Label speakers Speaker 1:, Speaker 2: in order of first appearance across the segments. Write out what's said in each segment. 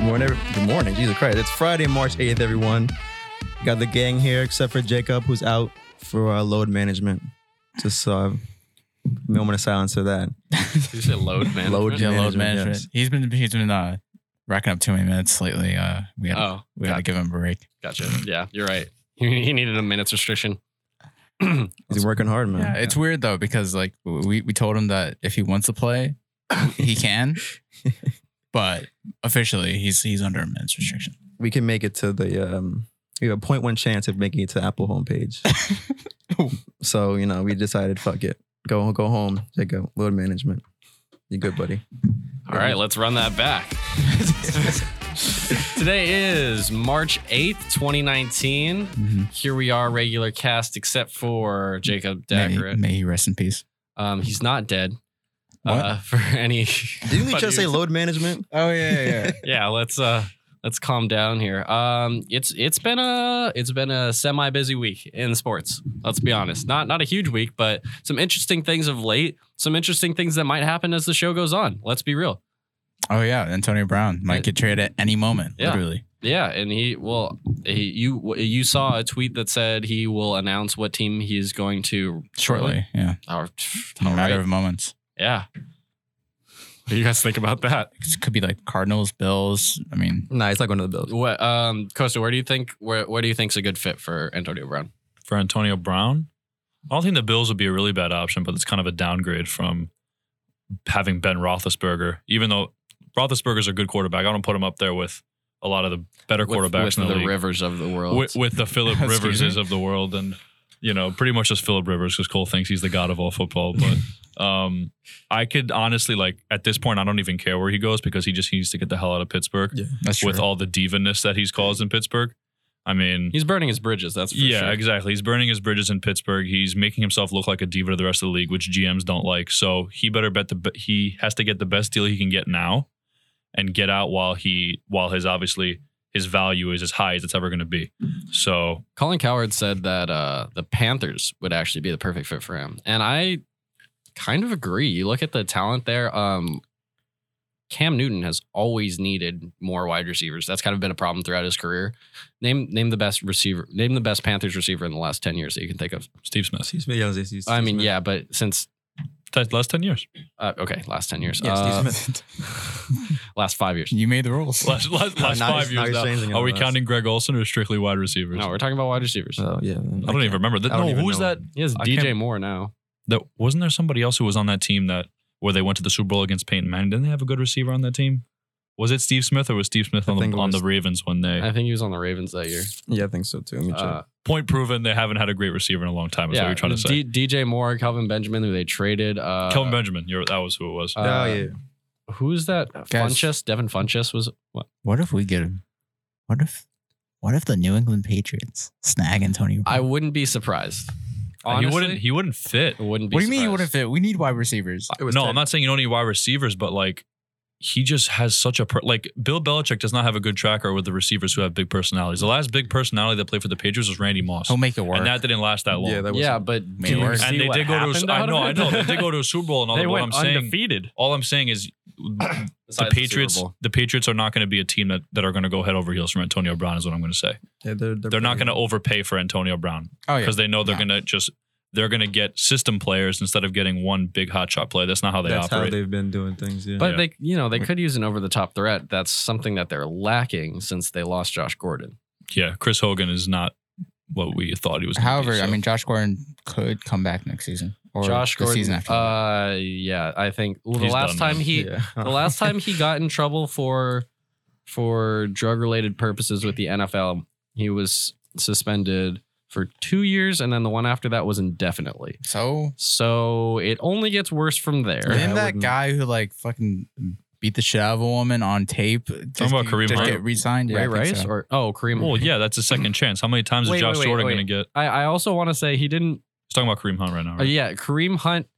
Speaker 1: Morning, good morning, Jesus Christ. It's Friday, March 8th, everyone. Got the gang here except for Jacob, who's out for uh, load management. Just uh, moment of silence for that.
Speaker 2: You said load management.
Speaker 1: Load
Speaker 3: Yeah,
Speaker 1: management,
Speaker 3: load management.
Speaker 1: yes.
Speaker 3: He's been he's been uh, racking up too many minutes lately. Uh, we had
Speaker 2: Oh,
Speaker 3: we had to give him a break.
Speaker 2: gotcha. Yeah, you're right. He he needed a minutes restriction. yeah,
Speaker 1: He's working hard, man.
Speaker 3: Yeah, it's weird though because like we we told him that if he wants to play, he can. but officially, he's he's under a minutes restriction.
Speaker 1: we can make it to the um you have a 0.1 chance of making it to Apple homepage. so, you know, we decided fuck it. Go go home, Jacob. Load management. You good, buddy.
Speaker 2: All right, let's run that back. Today is March 8th, 2019. Here we are, regular cast, except for Jacob
Speaker 3: May,
Speaker 2: Daggett.
Speaker 3: may he rest in peace.
Speaker 2: Um, he's not dead.
Speaker 3: What?
Speaker 2: Uh, for any
Speaker 1: Didn't we just say load management?
Speaker 3: Oh yeah, yeah.
Speaker 2: yeah, let's uh let's calm down here. Um it's it's been a it's been a semi busy week in sports. Let's be honest. Not not a huge week, but some interesting things of late, some interesting things that might happen as the show goes on. Let's be real.
Speaker 3: oh yeah, Antonio Brown might get traded at any moment.
Speaker 2: Yeah.
Speaker 3: Literally.
Speaker 2: Yeah, and he well he, you you saw a tweet that said he will announce what team he's going to
Speaker 3: Shortly. Yeah.
Speaker 2: Or,
Speaker 3: In a
Speaker 2: all
Speaker 3: matter
Speaker 2: right.
Speaker 3: of moments.
Speaker 2: Yeah. What do you guys think about that?
Speaker 3: It could be like Cardinals, Bills. I mean,
Speaker 1: Nah, it's not going to the Bills.
Speaker 2: What um Costa, where do you think where where do you think's a good fit for Antonio Brown?
Speaker 4: for Antonio Brown. I don't think the Bills would be a really bad option, but it's kind of a downgrade from having Ben Roethlisberger. Even though Roethlisberger's a good quarterback, I don't put him up there with a lot of the better
Speaker 2: With,
Speaker 4: quarterbacks
Speaker 2: with
Speaker 4: in
Speaker 2: the,
Speaker 4: the, league.
Speaker 2: rivers of the world.
Speaker 4: With, with the Philip
Speaker 3: Excuse
Speaker 4: Riverses
Speaker 3: me?
Speaker 4: of the world, and you know, pretty much just Philip Rivers because Cole thinks he's the god of all football. But um, I could honestly, like at this point, I don't even care where he goes because he just needs to get the hell out of Pittsburgh
Speaker 3: that's
Speaker 4: with
Speaker 3: true.
Speaker 4: all the divaness that he's caused in Pittsburgh. I mean,
Speaker 2: He's burning his bridges. That's for
Speaker 4: yeah,
Speaker 2: sure.
Speaker 4: exactly. He's burning his bridges in Pittsburgh. He's making himself look like a diva to the rest of the league, which GMs don't like. So he better bet the be- he has to get the best deal he can get now, and get out while he while his obviously his value is as high as it's ever going to be. So
Speaker 2: Colin Coward said that uh, the Panthers would actually be the perfect fit for him, and I kind of agree. You look at the talent there. Um, Cam Newton has always needed more wide receivers. That's kind of been a problem throughout his career. Name name the best receiver. Name the best Panthers receiver in the last ten years that you can think of.
Speaker 4: Steve Smith,
Speaker 1: Excuse me, yeah, it's- it's-
Speaker 2: I mean,
Speaker 1: Smith.
Speaker 2: yeah, but since
Speaker 4: That's last ten years,
Speaker 2: uh, okay, last ten years,
Speaker 1: Yeah, Steve
Speaker 2: Uh,
Speaker 1: Smith.
Speaker 2: last five years.
Speaker 3: you made the rules.
Speaker 4: last last, last
Speaker 1: now
Speaker 4: five
Speaker 1: he's- now
Speaker 4: years.
Speaker 1: he's
Speaker 4: now.
Speaker 1: changing all
Speaker 4: Are we
Speaker 1: that.
Speaker 4: counting Greg Olson or strictly wide receivers?
Speaker 2: No, we're talking about wide receivers.
Speaker 1: Oh, yeah.
Speaker 4: I don't even remember.
Speaker 1: I don't
Speaker 4: no,
Speaker 1: even
Speaker 4: who was
Speaker 1: know.
Speaker 4: that?
Speaker 2: He has
Speaker 4: I
Speaker 2: DJ
Speaker 4: can't-
Speaker 2: Moore now.
Speaker 4: That wasn't there somebody else who was on that team that where they went to the Super Bowl against Peyton Manning? Didn't they have a good receiver on that team? Was it Steve Smith or was Steve Smith
Speaker 1: I
Speaker 4: on the,
Speaker 1: think it
Speaker 4: on
Speaker 1: was-
Speaker 4: the Ravens when they?
Speaker 2: I think he was on the Ravens that year.
Speaker 1: Yeah, I think so too. Let me check.
Speaker 2: Uh,
Speaker 4: Point proven, they haven't had a great receiver in a long time. Is what you're trying to say.
Speaker 2: D- DJ Moore, Calvin Benjamin, who they traded. Uh,
Speaker 4: Kelvin Benjamin, you're, that was who it was.
Speaker 2: uh,
Speaker 1: oh, yeah.
Speaker 2: Who's that?
Speaker 3: Guys.
Speaker 2: Funchess. Devin Funchess was what?
Speaker 3: What if we get him? What if? What if the New England Patriots snag Antonio?
Speaker 2: I wouldn't be surprised. Honestly,
Speaker 4: he wouldn't. He wouldn't fit.
Speaker 2: I wouldn't be.
Speaker 3: what do you mean you wouldn't
Speaker 2: surprised.
Speaker 3: fit? We need wide receivers.
Speaker 1: It was
Speaker 4: no,
Speaker 1: tech-
Speaker 4: I'm not saying you don't need wide receivers, but like he just has such a per- like Bill Belichick does not have a good tracker with the receivers who have big personalities. The last big personality that played for the Patriots was Randy Moss,
Speaker 3: He'll make it work.
Speaker 4: and that didn't last that long.
Speaker 1: Yeah, that was.
Speaker 2: Yeah, but
Speaker 3: Made
Speaker 2: do
Speaker 3: it
Speaker 2: you
Speaker 3: worse.
Speaker 2: see
Speaker 4: and they
Speaker 2: what
Speaker 4: did go to.
Speaker 2: happened
Speaker 4: A, I
Speaker 2: out of
Speaker 4: know, I
Speaker 2: it?
Speaker 4: know, they did go to a Super Bowl and all
Speaker 2: They
Speaker 4: that. but What I'm
Speaker 2: went
Speaker 4: saying,
Speaker 2: undefeated.
Speaker 4: all I'm saying is the
Speaker 2: Besides
Speaker 4: Patriots.
Speaker 2: Super
Speaker 4: The,
Speaker 2: Bowl.
Speaker 4: Patriots are not going to be a team that, that are going to go head over heels from Antonio Brown. Is what I'm going to say.
Speaker 1: yeah, they're, they're,
Speaker 4: They're not going to overpay for Antonio Brown.
Speaker 3: oh yeah,
Speaker 4: because they know they're
Speaker 3: No.
Speaker 4: going to just they're going to get system players instead of getting one big hot shot player. That's not how they
Speaker 1: That's how
Speaker 4: operate.
Speaker 1: they've been doing things. Yeah.
Speaker 2: But
Speaker 4: Yeah.
Speaker 2: they, you know, they could use an over-the-top threat. That's something that they're lacking since they lost Josh Gordon.
Speaker 4: yeah, Chris Hogan is not what we thought he was. gonna
Speaker 3: However,
Speaker 4: be,
Speaker 3: I
Speaker 4: so.
Speaker 3: mean Josh Gordon could come back next season or
Speaker 2: Josh
Speaker 3: the
Speaker 2: Gordon.
Speaker 3: season after.
Speaker 2: Uh, yeah, I think well, the
Speaker 4: He's
Speaker 2: last
Speaker 4: done,
Speaker 2: time
Speaker 4: man.
Speaker 2: he,
Speaker 1: yeah.
Speaker 2: the last time he got in trouble for for drug related purposes with the NFL, he was suspended for two years, and then the one after that was indefinitely.
Speaker 3: so
Speaker 2: So it only gets worse from there.
Speaker 1: Yeah, I
Speaker 3: then that
Speaker 1: wouldn't-
Speaker 3: guy who like fucking beat the shit out of a woman on tape. just-
Speaker 4: about Kareem
Speaker 3: just
Speaker 4: Hunt?
Speaker 3: get re-signed. Yeah,
Speaker 2: Ray
Speaker 3: I think
Speaker 2: Rice
Speaker 3: so.
Speaker 2: or oh Kareem.
Speaker 4: well, yeah, that's a second chance. How many times
Speaker 2: Wait,
Speaker 4: is Josh
Speaker 2: wait, wait,
Speaker 4: Jordan
Speaker 2: wait.
Speaker 4: going to get?
Speaker 2: I, I also want to say he didn't.
Speaker 4: He's talking about Kareem Hunt right now.
Speaker 2: Uh,
Speaker 4: right?
Speaker 2: yeah, Kareem Hunt.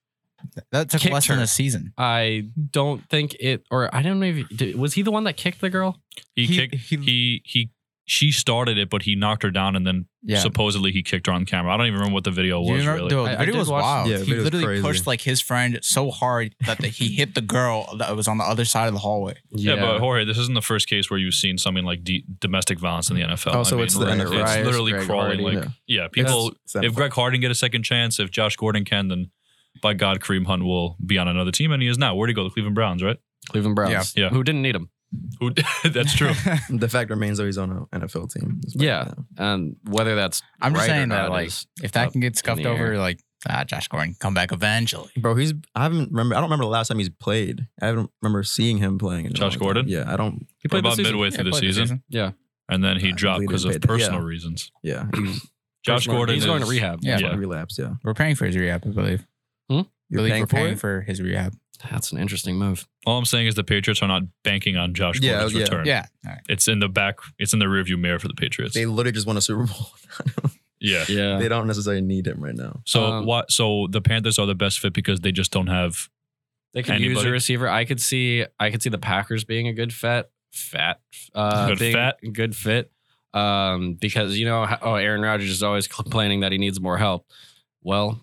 Speaker 3: that took
Speaker 2: kicked
Speaker 3: less
Speaker 2: her.
Speaker 3: than a season.
Speaker 2: I don't think it, or I don't know. If, did, was he the one that kicked the girl?
Speaker 4: he,
Speaker 3: he-
Speaker 4: kicked.
Speaker 3: he-
Speaker 4: He he. she started it, but he knocked her down and then
Speaker 3: Yeah.
Speaker 4: supposedly he kicked her on camera. I don't even remember what the video
Speaker 3: You
Speaker 4: was
Speaker 3: remember-
Speaker 4: really.
Speaker 3: dude,
Speaker 2: I- I
Speaker 3: the video
Speaker 2: did
Speaker 3: was
Speaker 2: watch-
Speaker 3: wild.
Speaker 1: yeah, the
Speaker 3: he
Speaker 1: video was
Speaker 3: literally
Speaker 1: crazy.
Speaker 3: pushed like his friend so hard that the, he hit the girl that was on the other side of the hallway.
Speaker 4: yeah. but Jorge, this isn't the first case where you've seen something like de- domestic violence in the NFL.
Speaker 1: Oh, so it's the
Speaker 4: like,
Speaker 1: NFL.
Speaker 4: It's
Speaker 1: Right,
Speaker 4: literally
Speaker 2: Greg
Speaker 4: crawling.
Speaker 2: Hardy.
Speaker 4: like, yeah, people.
Speaker 1: It's not
Speaker 4: If Greg Harden get a second chance, if Josh Gordon can, then by God, Kareem Hunt will be on another team, and he is now. Where'd he go? The Cleveland Browns, right?
Speaker 2: Cleveland Browns,
Speaker 4: Yeah. Yeah.
Speaker 2: who didn't need him.
Speaker 4: Who? that's true.
Speaker 1: fun. the fact remains that he's on an NFL team. It's fine.
Speaker 2: Yeah. And whether that's
Speaker 3: I'm just
Speaker 2: right or
Speaker 3: saying that,
Speaker 2: not
Speaker 3: like,
Speaker 2: is
Speaker 3: if
Speaker 2: up
Speaker 3: that can get scuffed
Speaker 2: the
Speaker 3: over,
Speaker 2: air.
Speaker 3: like, ah, Josh Gordon, come back eventually.
Speaker 1: Bro, he's. I haven't remember. I don't remember the last time he's played. I haven't remember seeing him playing. in a long
Speaker 4: Josh
Speaker 1: time.
Speaker 4: Gordon?
Speaker 1: Yeah, I don't.
Speaker 2: he
Speaker 4: We're
Speaker 2: played
Speaker 4: about
Speaker 2: this season.
Speaker 4: midway
Speaker 3: Yeah,
Speaker 4: through the
Speaker 3: play
Speaker 4: season, Uh,
Speaker 2: Yeah.
Speaker 4: and then he
Speaker 1: I
Speaker 4: dropped
Speaker 1: believe
Speaker 4: because
Speaker 1: they
Speaker 4: of
Speaker 1: played that.
Speaker 4: personal
Speaker 1: Yeah.
Speaker 4: reasons.
Speaker 1: Yeah, he's
Speaker 4: Josh
Speaker 1: Personal-
Speaker 4: Gordon
Speaker 2: He's
Speaker 4: is
Speaker 2: going to rehab.
Speaker 3: Yeah.
Speaker 4: Yeah.
Speaker 1: relapsed. Yeah,
Speaker 3: We're paying for his rehab, I believe.
Speaker 1: you're
Speaker 3: believe
Speaker 1: paying
Speaker 3: we're
Speaker 1: for
Speaker 3: paying
Speaker 1: it.
Speaker 3: for his rehab.
Speaker 2: That's an interesting move.
Speaker 4: All I'm saying is the Patriots are not banking on Josh
Speaker 1: Yeah,
Speaker 4: Gordon's
Speaker 1: yeah.
Speaker 4: return.
Speaker 3: Yeah. All right.
Speaker 4: It's in the back. It's in the rearview mirror for the Patriots.
Speaker 1: They literally just won a Super Bowl.
Speaker 4: yeah.
Speaker 2: Yeah.
Speaker 1: they don't necessarily need him right now.
Speaker 4: So
Speaker 2: Um,
Speaker 4: what? So the Panthers are the best fit because they just don't have.
Speaker 2: They could use
Speaker 4: Anybody?
Speaker 2: a receiver. I could see I could see the Packers being a good fit, fat uh
Speaker 4: Good
Speaker 2: being
Speaker 4: fat.
Speaker 2: a good fit. Um because you know how- oh Aaron Rodgers is always complaining that he needs more help. Well,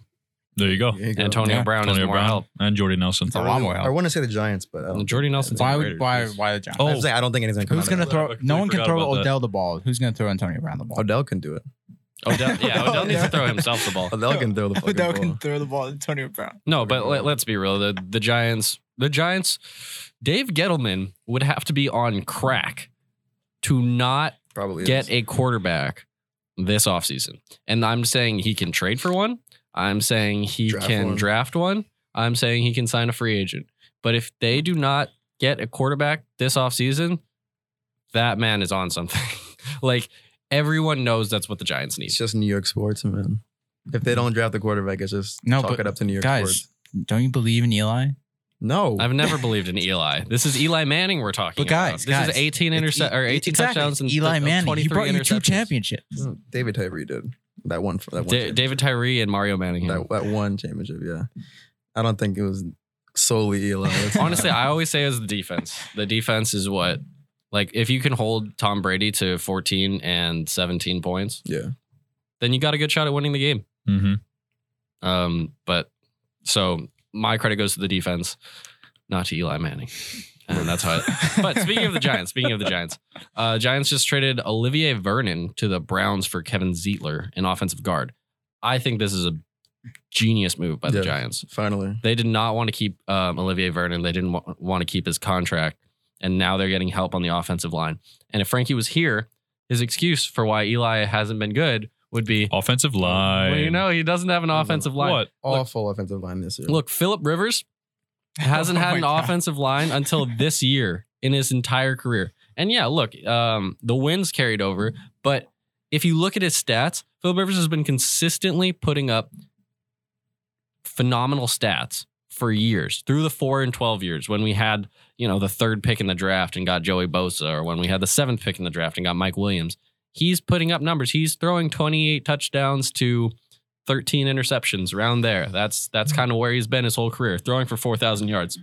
Speaker 4: There you go.
Speaker 1: Here you go.
Speaker 2: Antonio
Speaker 3: Yeah.
Speaker 2: Brown
Speaker 4: Antonio
Speaker 2: is more
Speaker 4: Brown
Speaker 2: help.
Speaker 4: and Jordy Nelson.
Speaker 3: It's a lot more
Speaker 1: I
Speaker 3: help.
Speaker 1: want to say the Giants, but um, I don't,
Speaker 2: Jordy Nelson's
Speaker 3: Why
Speaker 2: on the
Speaker 3: would
Speaker 2: Raiders.
Speaker 3: why why the Giants?
Speaker 4: Oh.
Speaker 1: I'm saying I don't think anything's coming.
Speaker 3: Who's gonna
Speaker 1: out of
Speaker 4: I
Speaker 3: throw?
Speaker 4: completely
Speaker 3: No one can
Speaker 4: forgot
Speaker 3: throw
Speaker 4: about that.
Speaker 3: Odell the ball. Who's gonna throw Antonio Brown the
Speaker 1: it.
Speaker 3: ball?
Speaker 1: Odell can do it.
Speaker 2: Odell, yeah, Odell needs to throw himself the ball.
Speaker 1: Odell can throw the fucking ball.
Speaker 3: throw the ball. Antonio Brown.
Speaker 2: No, but let, let's be real. The the Giants, the Giants, Dave Gettleman would have to be on crack to not
Speaker 1: Probably
Speaker 2: get
Speaker 1: is.
Speaker 2: a quarterback this offseason. And I'm saying he can trade for one. I'm saying he
Speaker 1: Draft
Speaker 2: can
Speaker 1: one.
Speaker 2: draft one. I'm saying he can sign a free agent. But if they do not get a quarterback this offseason, that man is on something. like everyone knows that's what the Giants need.
Speaker 1: It's just New York sports, man. If they don't draft the quarterback, it's just
Speaker 3: No,
Speaker 1: chalk
Speaker 3: but
Speaker 1: it up to New York
Speaker 3: Guys,
Speaker 1: sports.
Speaker 3: don't you believe in Eli?
Speaker 1: No,
Speaker 2: I've never believed in Eli. This is Eli Manning we're talking
Speaker 3: But
Speaker 2: about.
Speaker 3: guys,
Speaker 2: this
Speaker 3: guys,
Speaker 2: is 18
Speaker 3: It's
Speaker 2: intercept
Speaker 3: E-
Speaker 2: or 18
Speaker 3: exactly.
Speaker 2: touchdowns and
Speaker 3: Eli
Speaker 2: th-
Speaker 3: Manning. He
Speaker 2: 23
Speaker 3: brought you two
Speaker 2: interceptions.
Speaker 3: championships.
Speaker 1: Mm, David Tyree did that one. That one.
Speaker 2: Da- David Tyree and Mario Manning.
Speaker 1: that, that one championship. Yeah, I don't think it was solely Eli. That's not-
Speaker 2: Honestly, I always say it's the defense. The defense is what, like, if you can hold Tom Brady to 14 and 17 points,
Speaker 1: yeah,
Speaker 2: then you got a good shot at winning the game.
Speaker 4: Mm-hmm.
Speaker 2: Um, but so my credit goes to the defense, not to Eli Manning. And that's how. I, but speaking of the Giants, speaking of the Giants, uh, Giants just traded Olivier Vernon to the Browns for Kevin Zietler, an offensive guard. I think this is a genius move by the
Speaker 1: Yeah.
Speaker 2: Giants.
Speaker 1: finally.
Speaker 2: They did not want to keep um, Olivier Vernon. They didn't wa- want to keep his contract, and now they're getting help on the offensive line. And if Frankie was here, his excuse for why Eli hasn't been good would be,
Speaker 4: Offensive line.
Speaker 2: well, you know, he doesn't have an offensive line.
Speaker 4: What?
Speaker 1: Awful offensive line this year.
Speaker 2: Look, Philip Rivers hasn't
Speaker 3: Oh
Speaker 2: had
Speaker 3: my
Speaker 2: an
Speaker 3: God.
Speaker 2: offensive line until this year in his entire career. And yeah, look, um, the wins carried over, but if you look at his stats, Philip Rivers has been consistently putting up phenomenal stats for years through the four and twelve years when we had you know the third pick in the draft and got Joey Bosa, or when we had the seventh pick in the draft and got Mike Williams. He's putting up numbers. He's throwing twenty eight touchdowns to 13 interceptions around there. That's that's
Speaker 3: Mm-hmm.
Speaker 2: kind of where he's been his whole career, throwing for 4,000 yards.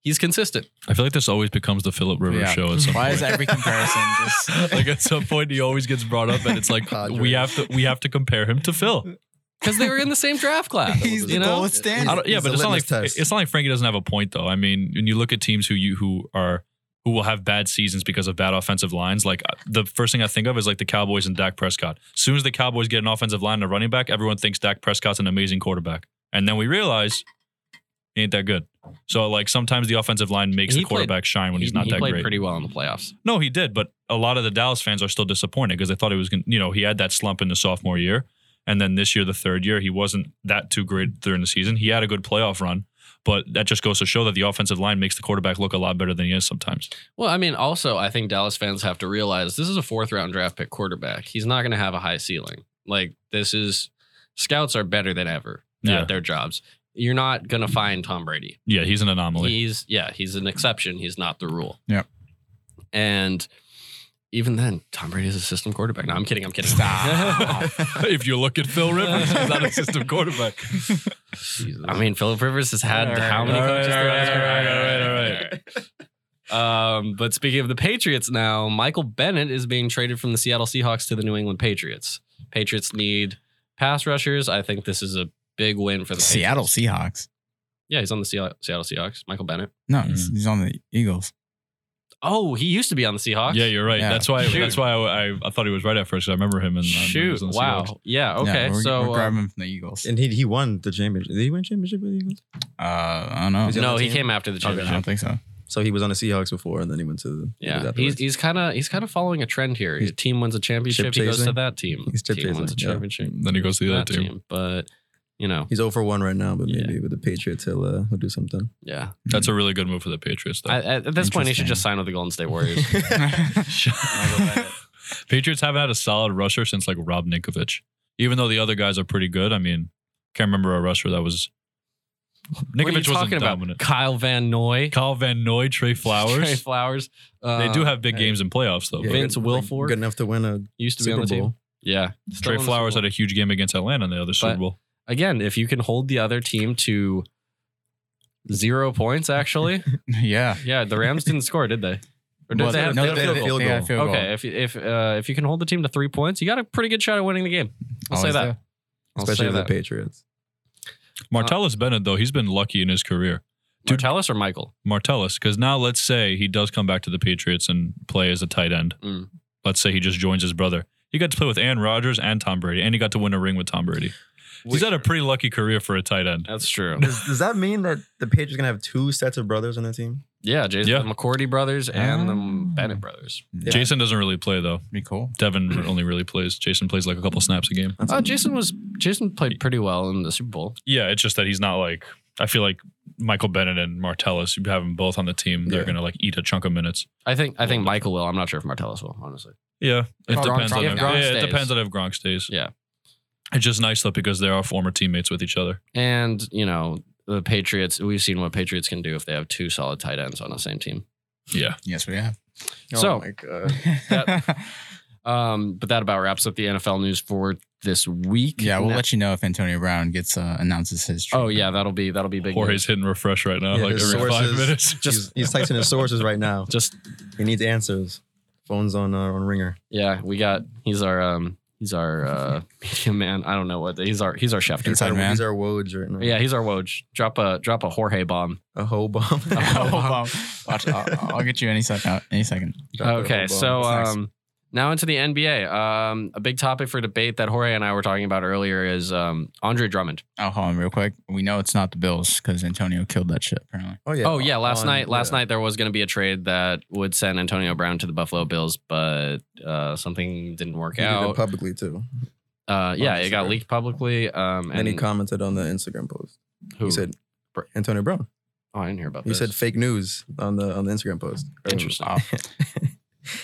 Speaker 2: He's consistent.
Speaker 4: I feel like this always becomes the Philip Rivers
Speaker 3: Yeah.
Speaker 4: show at some
Speaker 3: Why
Speaker 4: point.
Speaker 3: is every comparison just?
Speaker 4: like at some point he always gets brought up and it's like we
Speaker 1: Padres.
Speaker 4: have to we have to compare him to Phil.
Speaker 2: Because they were in the same draft class.
Speaker 3: He's
Speaker 2: you
Speaker 3: the
Speaker 2: know?
Speaker 3: gold standard.
Speaker 4: I don't, yeah,
Speaker 1: It's
Speaker 4: but
Speaker 1: a
Speaker 4: it's not like
Speaker 1: litmus test.
Speaker 4: it's not like Frankie doesn't have a point though. I mean, when you look at teams who you who are who will have bad seasons because of bad offensive lines, like uh, the first thing I think of is like the Cowboys and Dak Prescott. As soon as the Cowboys get an offensive line and a running back, everyone thinks Dak Prescott's an amazing quarterback, and then we realize he ain't that good. So like sometimes the offensive line makes
Speaker 2: He
Speaker 4: the quarterback shine when he's
Speaker 2: He-
Speaker 4: not
Speaker 2: he
Speaker 4: that
Speaker 2: played
Speaker 4: great.
Speaker 2: pretty well in the playoffs.
Speaker 4: No, he did, but a lot of the Dallas fans are still disappointed because they thought he was going. to You know, he had that slump in the sophomore year, and then this year, the third year, he wasn't that too great during the season. He had a good playoff run, but that just goes to show that the offensive line makes the quarterback look a lot better than he is sometimes.
Speaker 2: Well, I mean, also, I think Dallas fans have to realize this is a fourth round draft pick quarterback. He's not going to have a high ceiling. Like, this is scouts are better than ever
Speaker 4: Yeah.
Speaker 2: at their jobs. You're not going to find Tom Brady.
Speaker 4: Yeah, he's an anomaly.
Speaker 2: He's yeah, he's an exception. He's not the rule.
Speaker 3: Yep.
Speaker 2: And even then, Tom Brady is a system quarterback. No, I'm kidding. I'm kidding.
Speaker 3: Stop.
Speaker 4: if you look at Phil Rivers, he's not a system quarterback.
Speaker 2: I mean, Philip Rivers has had
Speaker 3: All right,
Speaker 2: how many
Speaker 4: all right,
Speaker 2: coaches?
Speaker 4: all
Speaker 2: throughout
Speaker 4: right,
Speaker 2: his career?
Speaker 4: all right, all right, all right.
Speaker 2: Um, but speaking of the Patriots now, Michael Bennett is being traded from the Seattle Seahawks to the New England Patriots. Patriots need pass rushers. I think this is a big win for the
Speaker 3: Seattle
Speaker 2: Patriots.
Speaker 3: Seahawks.
Speaker 2: Yeah, he's on the Seattle Seattle Seahawks. Michael Bennett.
Speaker 3: No,
Speaker 2: Mm.
Speaker 3: he's, he's on the Eagles.
Speaker 2: Oh, he used to be on the Seahawks.
Speaker 4: Yeah, you're right.
Speaker 3: Yeah.
Speaker 4: That's why.
Speaker 2: Shoot.
Speaker 4: That's why I, I, I thought he was right at first. 'cause I remember him. uh, And
Speaker 2: Shoot! Wow. Yeah.
Speaker 3: Yeah,
Speaker 2: Okay.
Speaker 3: we're,
Speaker 2: so
Speaker 3: we're
Speaker 2: uh,
Speaker 3: grabbing him from the Eagles.
Speaker 1: And he he won the championship. Did he win championship with the Eagles?
Speaker 3: Uh, I don't know.
Speaker 1: Is he on
Speaker 2: no,
Speaker 1: the
Speaker 2: he
Speaker 1: team?
Speaker 2: came after the
Speaker 3: I
Speaker 2: championship.
Speaker 3: don't think so.
Speaker 1: So he was on the Seahawks before, and then he went to the Eagles
Speaker 2: Yeah, he's
Speaker 1: afterwards.
Speaker 2: he's kind of he's kind of following a trend here. His
Speaker 1: He's
Speaker 2: team wins a championship, he goes to
Speaker 1: chasing.
Speaker 2: that team.
Speaker 1: He's chip
Speaker 2: team wins a
Speaker 1: chasing, yeah.
Speaker 2: championship.
Speaker 4: Then he goes to the
Speaker 2: that
Speaker 4: other team.
Speaker 2: but you know,
Speaker 1: He's 0 for 1 right now, but
Speaker 2: Yeah.
Speaker 1: maybe with the Patriots, he'll, uh, he'll do something.
Speaker 2: yeah.
Speaker 4: That's a really good move for the Patriots. Though.
Speaker 2: I, at at this point, he should just sign with the Golden State Warriors.
Speaker 4: Patriots haven't had a solid rusher since like Rob Ninkovich. Even though the other guys are pretty good, I mean, can't remember a rusher that was.
Speaker 2: what are you
Speaker 4: Ninkovich wasn't
Speaker 2: talking about?
Speaker 4: dominant.
Speaker 2: Kyle Van Noy,
Speaker 4: Kyle Van Noy, Trey Flowers.
Speaker 2: Trey Flowers.
Speaker 4: they do
Speaker 2: uh,
Speaker 4: have big
Speaker 1: uh,
Speaker 4: games in playoffs though.
Speaker 1: Yeah,
Speaker 4: but
Speaker 2: Vince
Speaker 1: good-
Speaker 2: Wilfork.
Speaker 1: Good enough to win a
Speaker 2: used to be
Speaker 1: Super
Speaker 2: on the
Speaker 1: Bowl.
Speaker 2: team. Yeah, Still
Speaker 4: Trey
Speaker 2: on the
Speaker 4: Flowers
Speaker 2: Super
Speaker 4: had
Speaker 2: Bowl.
Speaker 4: a huge game against Atlanta in the other Super
Speaker 2: But-
Speaker 4: Bowl.
Speaker 2: again. If you can hold the other team to zero points, actually,
Speaker 3: yeah.
Speaker 2: yeah, the Rams didn't score, did they? Or did
Speaker 3: Well,
Speaker 2: they have
Speaker 1: no,
Speaker 2: they had a
Speaker 1: they-
Speaker 2: field
Speaker 1: they- field
Speaker 2: goal?
Speaker 3: they had a
Speaker 1: goal.
Speaker 3: field
Speaker 2: Okay, if if uh, if you can hold the team to three points, you got a pretty good shot at winning the game. I'll say
Speaker 3: Always
Speaker 2: that. I'll
Speaker 1: especially
Speaker 2: say
Speaker 1: with the
Speaker 2: that.
Speaker 1: Patriots.
Speaker 4: Martellus
Speaker 2: uh,
Speaker 4: Bennett though, he's been lucky in his career. Dude.
Speaker 2: Martellus or Michael?
Speaker 4: Martellus, because now let's say he does come back to the Patriots and play as a tight end.
Speaker 2: Mm.
Speaker 4: Let's say he just joins his brother. He got to play with Aaron Rodgers and Tom Brady, and he got to win a ring with Tom Brady. He's had a pretty lucky career for a tight end.
Speaker 2: That's true.
Speaker 1: Does, does that mean that the Patriots going to have two sets of brothers on the team?
Speaker 2: Yeah, Jason,
Speaker 4: Yeah.
Speaker 2: the McCourty brothers and
Speaker 3: Oh.
Speaker 2: the Bennett brothers.
Speaker 3: Yeah.
Speaker 4: Jason doesn't really play though.
Speaker 3: Be cool.
Speaker 4: Devin only really plays. Jason plays like a couple snaps a game.
Speaker 1: That's
Speaker 2: Uh, Jason was Jason played pretty well in the Super Bowl.
Speaker 4: Yeah, it's just that he's not like. I feel like Michael Bennett and Martellus. You have them both on the team, they're
Speaker 1: Yeah.
Speaker 4: gonna like eat a chunk of minutes.
Speaker 2: I think I think Michael will. I'm not sure if Martellus will, honestly.
Speaker 4: Yeah, it
Speaker 3: Gronk-
Speaker 4: depends on
Speaker 3: Gronk-
Speaker 4: if,
Speaker 3: if Gronk
Speaker 4: yeah, it
Speaker 2: stays.
Speaker 4: depends on if Gronk stays.
Speaker 2: Yeah.
Speaker 4: it's just nice though because they are former teammates with each other.
Speaker 2: And you know the Patriots. We've seen what Patriots can do if they have two solid tight ends on the same team.
Speaker 4: Yeah,
Speaker 3: Yes, we have. Oh
Speaker 2: So-
Speaker 1: my God.
Speaker 2: Um, but that about wraps up the NFL news for this week.
Speaker 3: yeah, we'll
Speaker 2: Now-
Speaker 3: let you know if Antonio Brown gets uh, announces his. trade.
Speaker 2: Oh yeah, that'll be that'll be big.
Speaker 4: Jorge's
Speaker 2: news.
Speaker 4: hitting refresh right now,
Speaker 1: Yeah,
Speaker 4: like every
Speaker 1: his
Speaker 4: five
Speaker 1: sources-
Speaker 4: minutes.
Speaker 1: He's, he's texting his sources right now.
Speaker 2: Just
Speaker 1: He needs answers. Phone's on uh, on ringer.
Speaker 2: yeah, we got. He's our um. He's our uh, media man. I don't know what he's our he's our chef. dude.
Speaker 1: These
Speaker 3: Inside
Speaker 1: are,
Speaker 3: man.
Speaker 1: these are Woj right now.
Speaker 2: Yeah, he's our Woj. Drop a drop a Jorge bomb.
Speaker 1: a hoe bomb.
Speaker 3: Oh, wow. Watch, I'll, I'll get you any second. Any second.
Speaker 2: Okay, so
Speaker 3: That's nice.
Speaker 2: um, now into the NBA. Um, a big topic for debate that Jorge and I were talking about earlier is um, Andre Drummond.
Speaker 3: Oh, hold on, real quick. We know it's not the Bills because Antonio killed that shit. Apparently,
Speaker 1: oh yeah.
Speaker 2: oh yeah, last
Speaker 1: on-
Speaker 2: night last
Speaker 1: yeah.
Speaker 2: night there was going to be a trade that would send Antonio Brown to the Buffalo Bills, but uh, something didn't work
Speaker 1: He did it
Speaker 2: out.
Speaker 1: publicly too.
Speaker 2: uh, yeah, it got
Speaker 1: Instagram.
Speaker 2: leaked publicly. Um,
Speaker 1: And
Speaker 2: and
Speaker 1: he commented on the Instagram post.
Speaker 2: who
Speaker 1: He said Antonio Brown.
Speaker 2: Oh, I didn't hear about
Speaker 1: He
Speaker 2: this.
Speaker 1: said fake news on the on the Instagram post.
Speaker 2: Interesting.
Speaker 3: Wow.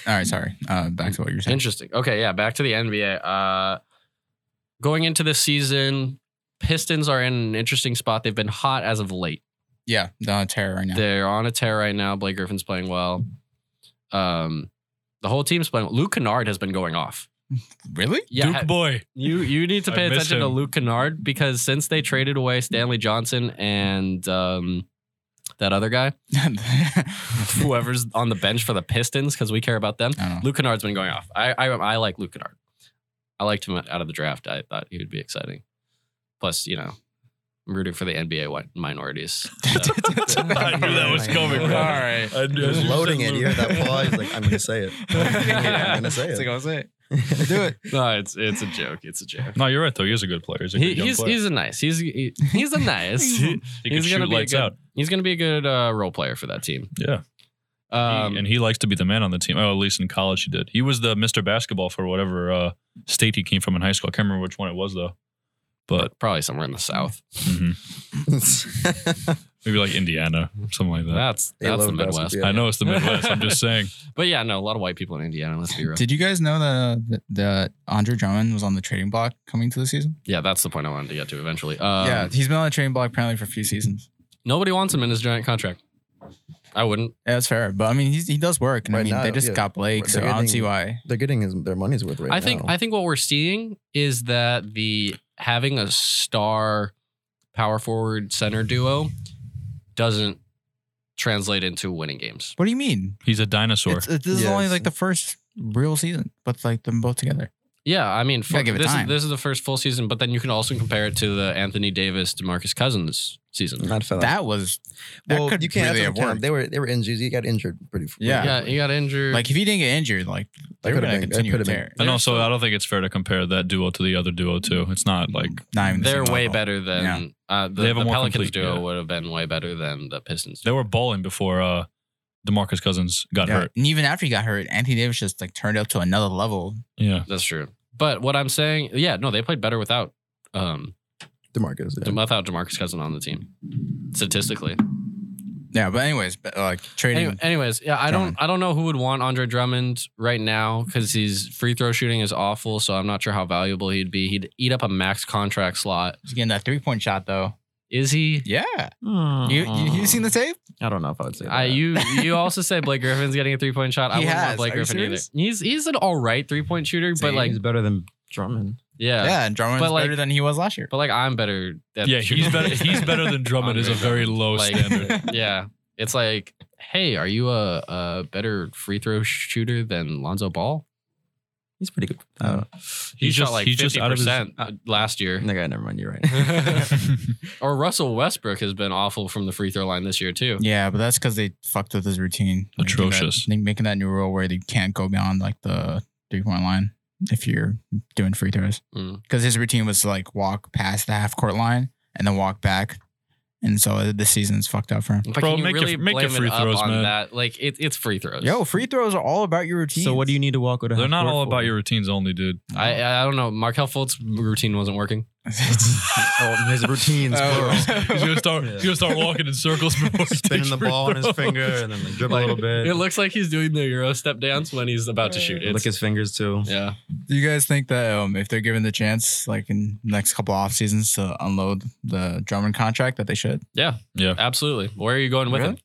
Speaker 3: All right, sorry. Uh, back to what you're saying.
Speaker 2: Interesting. Okay, yeah, back to the NBA. Uh going into this season, Pistons are in an interesting spot. They've been hot as of late.
Speaker 3: Yeah, they're on a tear right now.
Speaker 2: They're on a tear right now. Blake Griffin's playing well. Um the whole team's playing. Luke Kennard has been going off.
Speaker 3: really?
Speaker 2: Yeah,
Speaker 4: Duke
Speaker 2: ha-
Speaker 4: boy.
Speaker 2: you you need to
Speaker 4: I
Speaker 2: pay
Speaker 4: miss
Speaker 2: attention to
Speaker 4: him.
Speaker 2: Luke Kennard because since they traded away Stanley Johnson and um, that other guy,
Speaker 3: I
Speaker 2: whoever's on the bench for the Pistons, because we care about them,
Speaker 3: don't know.
Speaker 2: Luke Kennard's been going off. I I, I like Luke Kennard. I liked him out of the draft. I thought he would be exciting. Plus, you know, I'm rooting for the NBA wi- minorities.
Speaker 4: I knew that was coming,
Speaker 3: All
Speaker 4: bro.
Speaker 3: right.
Speaker 4: I knew-
Speaker 1: He was
Speaker 4: I knew
Speaker 1: loading
Speaker 4: said
Speaker 1: it. You
Speaker 4: Luke.
Speaker 1: heard that pause. He's like, I'm gonna say it. I'm gonna say
Speaker 3: It's like,
Speaker 1: it.
Speaker 3: I'll say it. Do it.
Speaker 2: no, it's it's a joke. It's a joke.
Speaker 4: No, you're right though. He is a good player. He's a good
Speaker 2: He,
Speaker 4: young
Speaker 2: he's
Speaker 4: player.
Speaker 2: he's a nice. He's he, he's a nice.
Speaker 3: He
Speaker 4: he can
Speaker 2: gonna
Speaker 4: shoot
Speaker 2: be a
Speaker 4: lights
Speaker 2: good,
Speaker 4: out.
Speaker 2: He's gonna be a good uh, role player for that team.
Speaker 4: Yeah,
Speaker 2: Um,
Speaker 4: He- and he likes to be the man on the team. Oh, at least in college he did. He was the Mr. Basketball for whatever uh, state he came from in high school. I can't remember which one it was though, but
Speaker 2: probably somewhere in the south.
Speaker 4: mhm. maybe like Indiana, or something like that.
Speaker 2: That's
Speaker 1: They
Speaker 2: that's the
Speaker 1: love basketball.
Speaker 2: Midwest.
Speaker 1: Yeah.
Speaker 4: I know it's the Midwest. I'm just saying.
Speaker 2: But yeah, no, a lot of white people in Indiana. Let's be real.
Speaker 3: Did you guys know that the, the Andre Drummond was on the trading block coming to the season?
Speaker 2: Yeah, that's the point I wanted to get to eventually. Um,
Speaker 3: yeah, he's been on the trading block apparently for a few seasons.
Speaker 2: nobody wants him in his giant contract. I wouldn't.
Speaker 3: Yeah, that's fair, but I mean, he's, he does work, and I
Speaker 1: Right
Speaker 3: mean,
Speaker 1: now,
Speaker 3: they just
Speaker 1: yeah.
Speaker 3: got Blake,
Speaker 1: They're
Speaker 3: so I don't
Speaker 1: getting-
Speaker 3: see why.
Speaker 1: They're getting his, their money's worth right
Speaker 2: I think
Speaker 1: now.
Speaker 2: I think what we're seeing is that the having a star power forward center duo doesn't translate into winning games.
Speaker 3: What do you mean?
Speaker 4: He's a dinosaur.
Speaker 3: It's- it- this is
Speaker 1: Yeah,
Speaker 3: only
Speaker 1: it's-
Speaker 3: like the first real season, but like them both together.
Speaker 2: Yeah, I mean,
Speaker 3: gotta give it
Speaker 2: this,
Speaker 3: time.
Speaker 2: Is, this is the first full season, but then you can also compare it to the Anthony Davis, Demarcus Cousins season.
Speaker 1: Not fell.
Speaker 3: That was that
Speaker 1: well,
Speaker 3: could
Speaker 1: you can't
Speaker 3: really
Speaker 1: have
Speaker 3: have
Speaker 1: to count.
Speaker 3: worked.
Speaker 1: They were they were injured. He got injured pretty.
Speaker 3: Yeah.
Speaker 2: yeah, he got injured.
Speaker 3: like if he didn't get injured, like
Speaker 1: That
Speaker 3: they were
Speaker 1: could've
Speaker 3: gonna
Speaker 1: been- that
Speaker 3: continue to
Speaker 1: could've been-
Speaker 3: tear.
Speaker 4: and also, I don't think it's fair to compare that duo to the other duo too. It's not like
Speaker 3: Not even the
Speaker 2: They're
Speaker 3: same
Speaker 2: way
Speaker 3: level.
Speaker 2: better than uh, the,
Speaker 4: They have a
Speaker 2: the
Speaker 4: more
Speaker 2: Pelicans
Speaker 4: complete-
Speaker 2: duo
Speaker 4: yeah.
Speaker 2: would have been way better than the Pistons.
Speaker 4: they were balling before uh, Demarcus Cousins got
Speaker 3: Yeah.
Speaker 4: hurt.
Speaker 3: And even after he got hurt, Anthony Davis just like turned up to another level.
Speaker 4: Yeah,
Speaker 2: That's true. But what I'm saying, yeah, no, they played better without um
Speaker 1: Demarcus. yeah.
Speaker 2: without Demarcus Cousins on the team statistically.
Speaker 3: Yeah, but anyways, but, uh, like trading.
Speaker 2: Any- anyways, yeah, I
Speaker 3: Drummond.
Speaker 2: don't I don't know who would want Andre Drummond right now because his free throw shooting is awful. So I'm not sure how valuable he'd be. He'd eat up a max contract slot.
Speaker 3: He's getting that three point shot though.
Speaker 2: Is he?
Speaker 3: Yeah,
Speaker 1: Hmm.
Speaker 3: you, you
Speaker 1: Uh-uh.
Speaker 3: you seen the tape?
Speaker 1: I don't know if I would say that.
Speaker 2: I, you you also say Blake Griffin's getting a three point shot. I
Speaker 3: He
Speaker 2: wouldn't
Speaker 3: has.
Speaker 2: want Blake
Speaker 3: Are you
Speaker 2: Griffin either.
Speaker 3: serious?
Speaker 2: He's he's an all right three point shooter, but
Speaker 3: See,
Speaker 2: like
Speaker 1: he's better than Drummond.
Speaker 2: yeah,
Speaker 3: Yeah, and Drummond's
Speaker 2: but, like-
Speaker 3: better than he was last year.
Speaker 2: but like I'm better. At
Speaker 4: yeah, he's
Speaker 2: shooting.
Speaker 4: better. He's better than Drummond is a
Speaker 2: Andre
Speaker 4: very
Speaker 2: Drummond.
Speaker 4: low
Speaker 2: Like,
Speaker 4: standard.
Speaker 2: yeah. It's like, hey, are you a, a better free throw shooter than Lonzo Ball?
Speaker 1: He's pretty good. Uh,
Speaker 2: He
Speaker 4: He's
Speaker 2: shot
Speaker 4: just-
Speaker 2: like
Speaker 4: he's
Speaker 2: 50%
Speaker 4: just out of his- uh,
Speaker 2: last year.
Speaker 1: that guy, never mind. You're right.
Speaker 2: or Russell Westbrook has been awful from the free throw line this year, too.
Speaker 3: Yeah, but that's because they fucked with his routine. Like, making that-
Speaker 4: Atrocious.
Speaker 3: they- making that new rule where you can't go beyond like the three point line if you're doing free throws.
Speaker 2: Mm.
Speaker 3: Because his routine was to, like walk past the half court line and then walk back. And so this season's fucked up for him.
Speaker 2: But
Speaker 4: Bro,
Speaker 2: can you
Speaker 4: make your-
Speaker 2: really
Speaker 4: make your
Speaker 2: blame
Speaker 4: free
Speaker 2: it up
Speaker 4: throws,
Speaker 2: on
Speaker 4: man.
Speaker 2: that? Like, it, it's free throws.
Speaker 3: Yo, free throws are all about your routine.
Speaker 1: so what do you need to walk with? a
Speaker 4: They're
Speaker 1: half
Speaker 4: not
Speaker 1: court
Speaker 4: all
Speaker 1: for?
Speaker 4: about your routines only, dude.
Speaker 2: I, I don't know. Markel Fultz's routine wasn't working.
Speaker 1: Oh, his routines. plural.
Speaker 3: Oh.
Speaker 4: He's gonna start. He's gonna start walking in circles, before he takes
Speaker 1: Spinning the
Speaker 4: free
Speaker 1: ball on his
Speaker 4: throws.
Speaker 1: finger and then like, dribble
Speaker 2: Like,
Speaker 1: a little bit.
Speaker 2: It looks like he's doing the Euro step dance when he's about to shoot.
Speaker 1: Lick
Speaker 2: It's,
Speaker 1: his fingers too.
Speaker 2: yeah.
Speaker 3: Do you guys think that um, if they're given the chance, like in the next couple off seasons, to unload the Drummond contract, that they should?
Speaker 2: Yeah.
Speaker 4: Yeah.
Speaker 2: Absolutely. Where are you going with
Speaker 1: Really?
Speaker 2: it?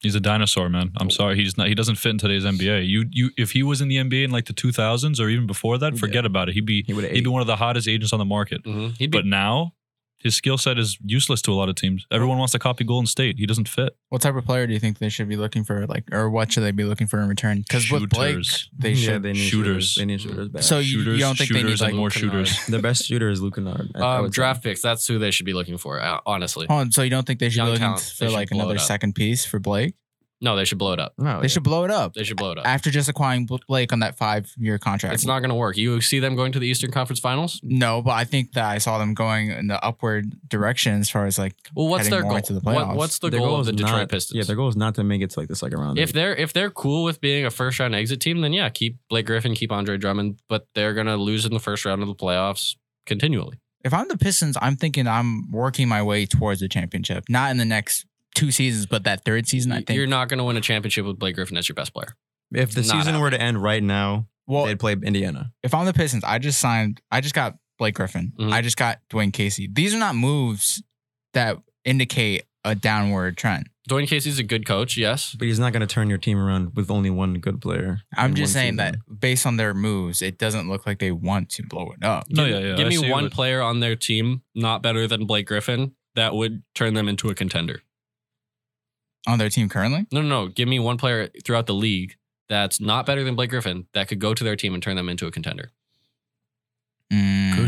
Speaker 4: He's a dinosaur, man. I'm sorry, he's not. He doesn't fit in today's NBA. You, you. If he was in the NBA in like the 2000s or even before that, forget about it. He'd be,
Speaker 1: He would have
Speaker 4: he'd be one of the hottest agents on the market.
Speaker 2: Mhm. He'd be
Speaker 4: But now, his skill set is useless to a lot of teams. Everyone wants to copy Golden State. He doesn't fit.
Speaker 3: What type of player do you think they should be looking for? Like, or what should they be looking for in return? Because with Blake,
Speaker 4: Shooters.
Speaker 3: they
Speaker 1: yeah,
Speaker 3: should.
Speaker 1: they need
Speaker 4: Shooters.
Speaker 1: shooters. They need shooters bad.
Speaker 3: so Oh, you, you don't think they need
Speaker 4: shooters
Speaker 3: like
Speaker 4: and more
Speaker 2: Luke Kennard.
Speaker 4: shooters.
Speaker 1: the best shooter is Luke Kennard. I- I
Speaker 2: Um,
Speaker 1: would say.
Speaker 2: draft picks. That's who they should be looking for. uh, honestly,
Speaker 3: Hold on, so you don't think they should
Speaker 2: Young
Speaker 3: be looking
Speaker 2: talent. They
Speaker 3: for
Speaker 2: should
Speaker 3: like
Speaker 2: blow it
Speaker 3: another
Speaker 2: up.
Speaker 3: second piece for Blake?
Speaker 2: no, they should blow it up.
Speaker 1: No,
Speaker 3: they should blow it up
Speaker 2: They should blow it up.
Speaker 3: after just acquiring Bl- Blake on that five year contract.
Speaker 2: It's not going to work. You see them going to the Eastern Conference Finals.
Speaker 3: No, but I think that I saw them going in the upward direction as far as like
Speaker 2: Well, what's
Speaker 3: Heading
Speaker 2: their
Speaker 3: more
Speaker 2: goal?
Speaker 3: into the
Speaker 2: What-
Speaker 3: playoffs.
Speaker 2: what's the
Speaker 1: Their
Speaker 2: goal, of
Speaker 1: is
Speaker 2: the Detroit
Speaker 1: not-
Speaker 2: Pistons?
Speaker 1: Yeah, their goal is not to make it to like the second round.
Speaker 2: if they're if they're cool with being a first round exit team, then yeah, keep Blake Griffin, keep Andre Drummond, but they're going to lose in the first round of the playoffs continually.
Speaker 3: if I'm the Pistons, I'm thinking I'm working my way towards the championship, not in the next two seasons, but that third season. I think.
Speaker 2: You're not going to win a championship with Blake Griffin as your best player.
Speaker 1: if the
Speaker 2: Not
Speaker 1: season
Speaker 2: out.
Speaker 1: were to end right now,
Speaker 3: well,
Speaker 1: they'd play Indiana.
Speaker 3: if I'm the Pistons, I just signed. I just got Blake Griffin.
Speaker 2: Mhm.
Speaker 3: I just got Dwayne Casey. These are not moves that indicate a downward trend.
Speaker 2: Dwayne Casey's a good coach, yes.
Speaker 1: But he's not going to turn your team around with only one good player.
Speaker 3: I'm
Speaker 1: in
Speaker 3: just
Speaker 1: one
Speaker 3: saying
Speaker 1: season.
Speaker 3: that based on their moves, it doesn't look like they want to blow it up.
Speaker 4: No,
Speaker 2: Give-
Speaker 4: yeah, yeah.
Speaker 2: Give
Speaker 4: I
Speaker 2: me
Speaker 4: see
Speaker 2: one
Speaker 4: what-
Speaker 2: player on their team not better than Blake Griffin that would turn them into a contender.
Speaker 3: on their team currently.
Speaker 2: No, no, no. Give me one player throughout the league that's not better than Blake Griffin that could go to their team and turn them into a contender.
Speaker 4: Good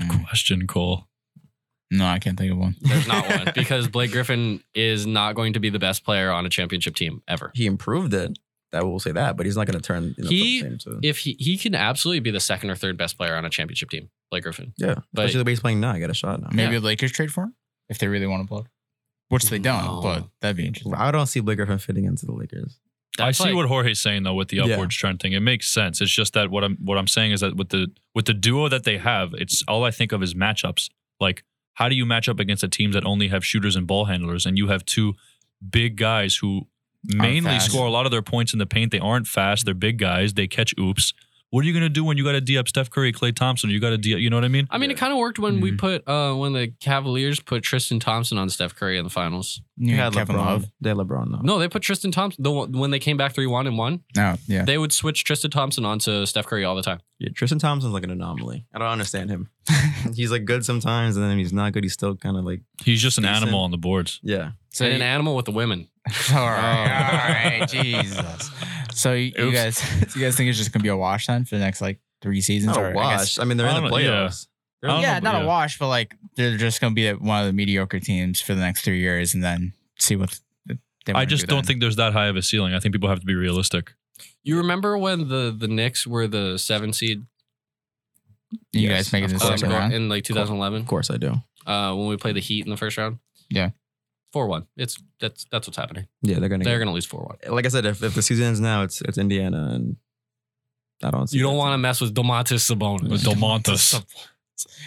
Speaker 3: Mm,
Speaker 4: question, Cole.
Speaker 3: No, I can't think of one.
Speaker 2: There's not one because Blake Griffin is not going to be the best player on a championship team ever.
Speaker 1: he improved it. I will say that, but he's not going to turn. You know,
Speaker 2: He-
Speaker 1: from the same to,
Speaker 2: If he, he can absolutely be the second or third best player on a championship team, Blake Griffin.
Speaker 1: yeah,
Speaker 2: but-
Speaker 1: especially the way he's playing now. I got a shot now.
Speaker 3: Maybe the Lakers trade for him if they really want to blow. it up. Which they don't,
Speaker 2: No.
Speaker 3: but that'd be interesting.
Speaker 1: I don't see Blake Griffin fitting into the Lakers.
Speaker 4: I
Speaker 2: That's
Speaker 4: see
Speaker 2: like-
Speaker 4: what Jorge's saying though with the
Speaker 1: Yeah.
Speaker 4: upwards trend thing. It makes sense. It's just that what I'm what I'm saying is that with the with the duo that they have, it's all I think of is matchups. Like how do you match up against a team that only have shooters and ball handlers, and you have two big guys who mainly
Speaker 3: fast.
Speaker 4: score a lot of their points in the paint. They aren't fast. They're big guys. They catch oops. What are you gonna do when you got to D up Steph Curry, Clay Thompson? You got to D. You know what I mean?
Speaker 2: I mean, it kind of worked when we put uh, when the Cavaliers put Tristan Thompson on Steph Curry in the finals.
Speaker 3: You
Speaker 1: They
Speaker 3: had Kevin
Speaker 1: LeBron.
Speaker 3: Love.
Speaker 1: They had LeBron now.
Speaker 2: No, they put Tristan Thompson the, one- when they came back three one and one.
Speaker 3: No, yeah.
Speaker 2: They would switch Tristan Thompson onto Steph Curry all the time.
Speaker 1: Yeah, Tristan Thompson's like an anomaly. I don't understand him. he's like good sometimes, and then when he's not good. He's still kind of like
Speaker 4: He's just an
Speaker 1: Decent.
Speaker 4: animal on the boards.
Speaker 1: yeah.
Speaker 3: So
Speaker 2: and an animal with the women.
Speaker 3: all right, all right, Jesus. So you, you
Speaker 4: Oops.
Speaker 3: guys, you guys think it's just gonna be a wash then for the next like three seasons?
Speaker 1: Not
Speaker 3: or
Speaker 1: a
Speaker 3: I
Speaker 1: wash.
Speaker 3: guess-
Speaker 1: I, mean, they're
Speaker 4: I
Speaker 1: in the
Speaker 4: don't know, yeah.
Speaker 1: playoffs.
Speaker 4: I don't
Speaker 3: yeah,
Speaker 4: know,
Speaker 3: not a wash, but like they're just gonna be one of the mediocre teams for the next three years, and then see what. th- They
Speaker 4: I
Speaker 3: wanna
Speaker 4: just
Speaker 3: do
Speaker 4: don't
Speaker 3: then.
Speaker 4: think there's that high of a ceiling. I think people have to be realistic.
Speaker 2: You remember when the the Knicks were the seven seed uh,
Speaker 3: you
Speaker 1: Yes,
Speaker 3: guys make it
Speaker 1: of
Speaker 3: to the
Speaker 1: course.
Speaker 3: second
Speaker 1: Of
Speaker 3: round.
Speaker 2: in like 2011
Speaker 1: Of course, I do.
Speaker 2: uh, when we played the Heat in the first round?
Speaker 3: Yeah.
Speaker 2: four one. It's that's that's what's happening.
Speaker 1: Yeah, they're gonna.
Speaker 2: They're
Speaker 1: get-
Speaker 2: gonna lose four one.
Speaker 1: like I said, if, if the season ends now, it's it's Indiana, and I don't. see
Speaker 2: You don't
Speaker 1: that.
Speaker 2: want to mess with Domantas Sabonis.
Speaker 4: With Domantas.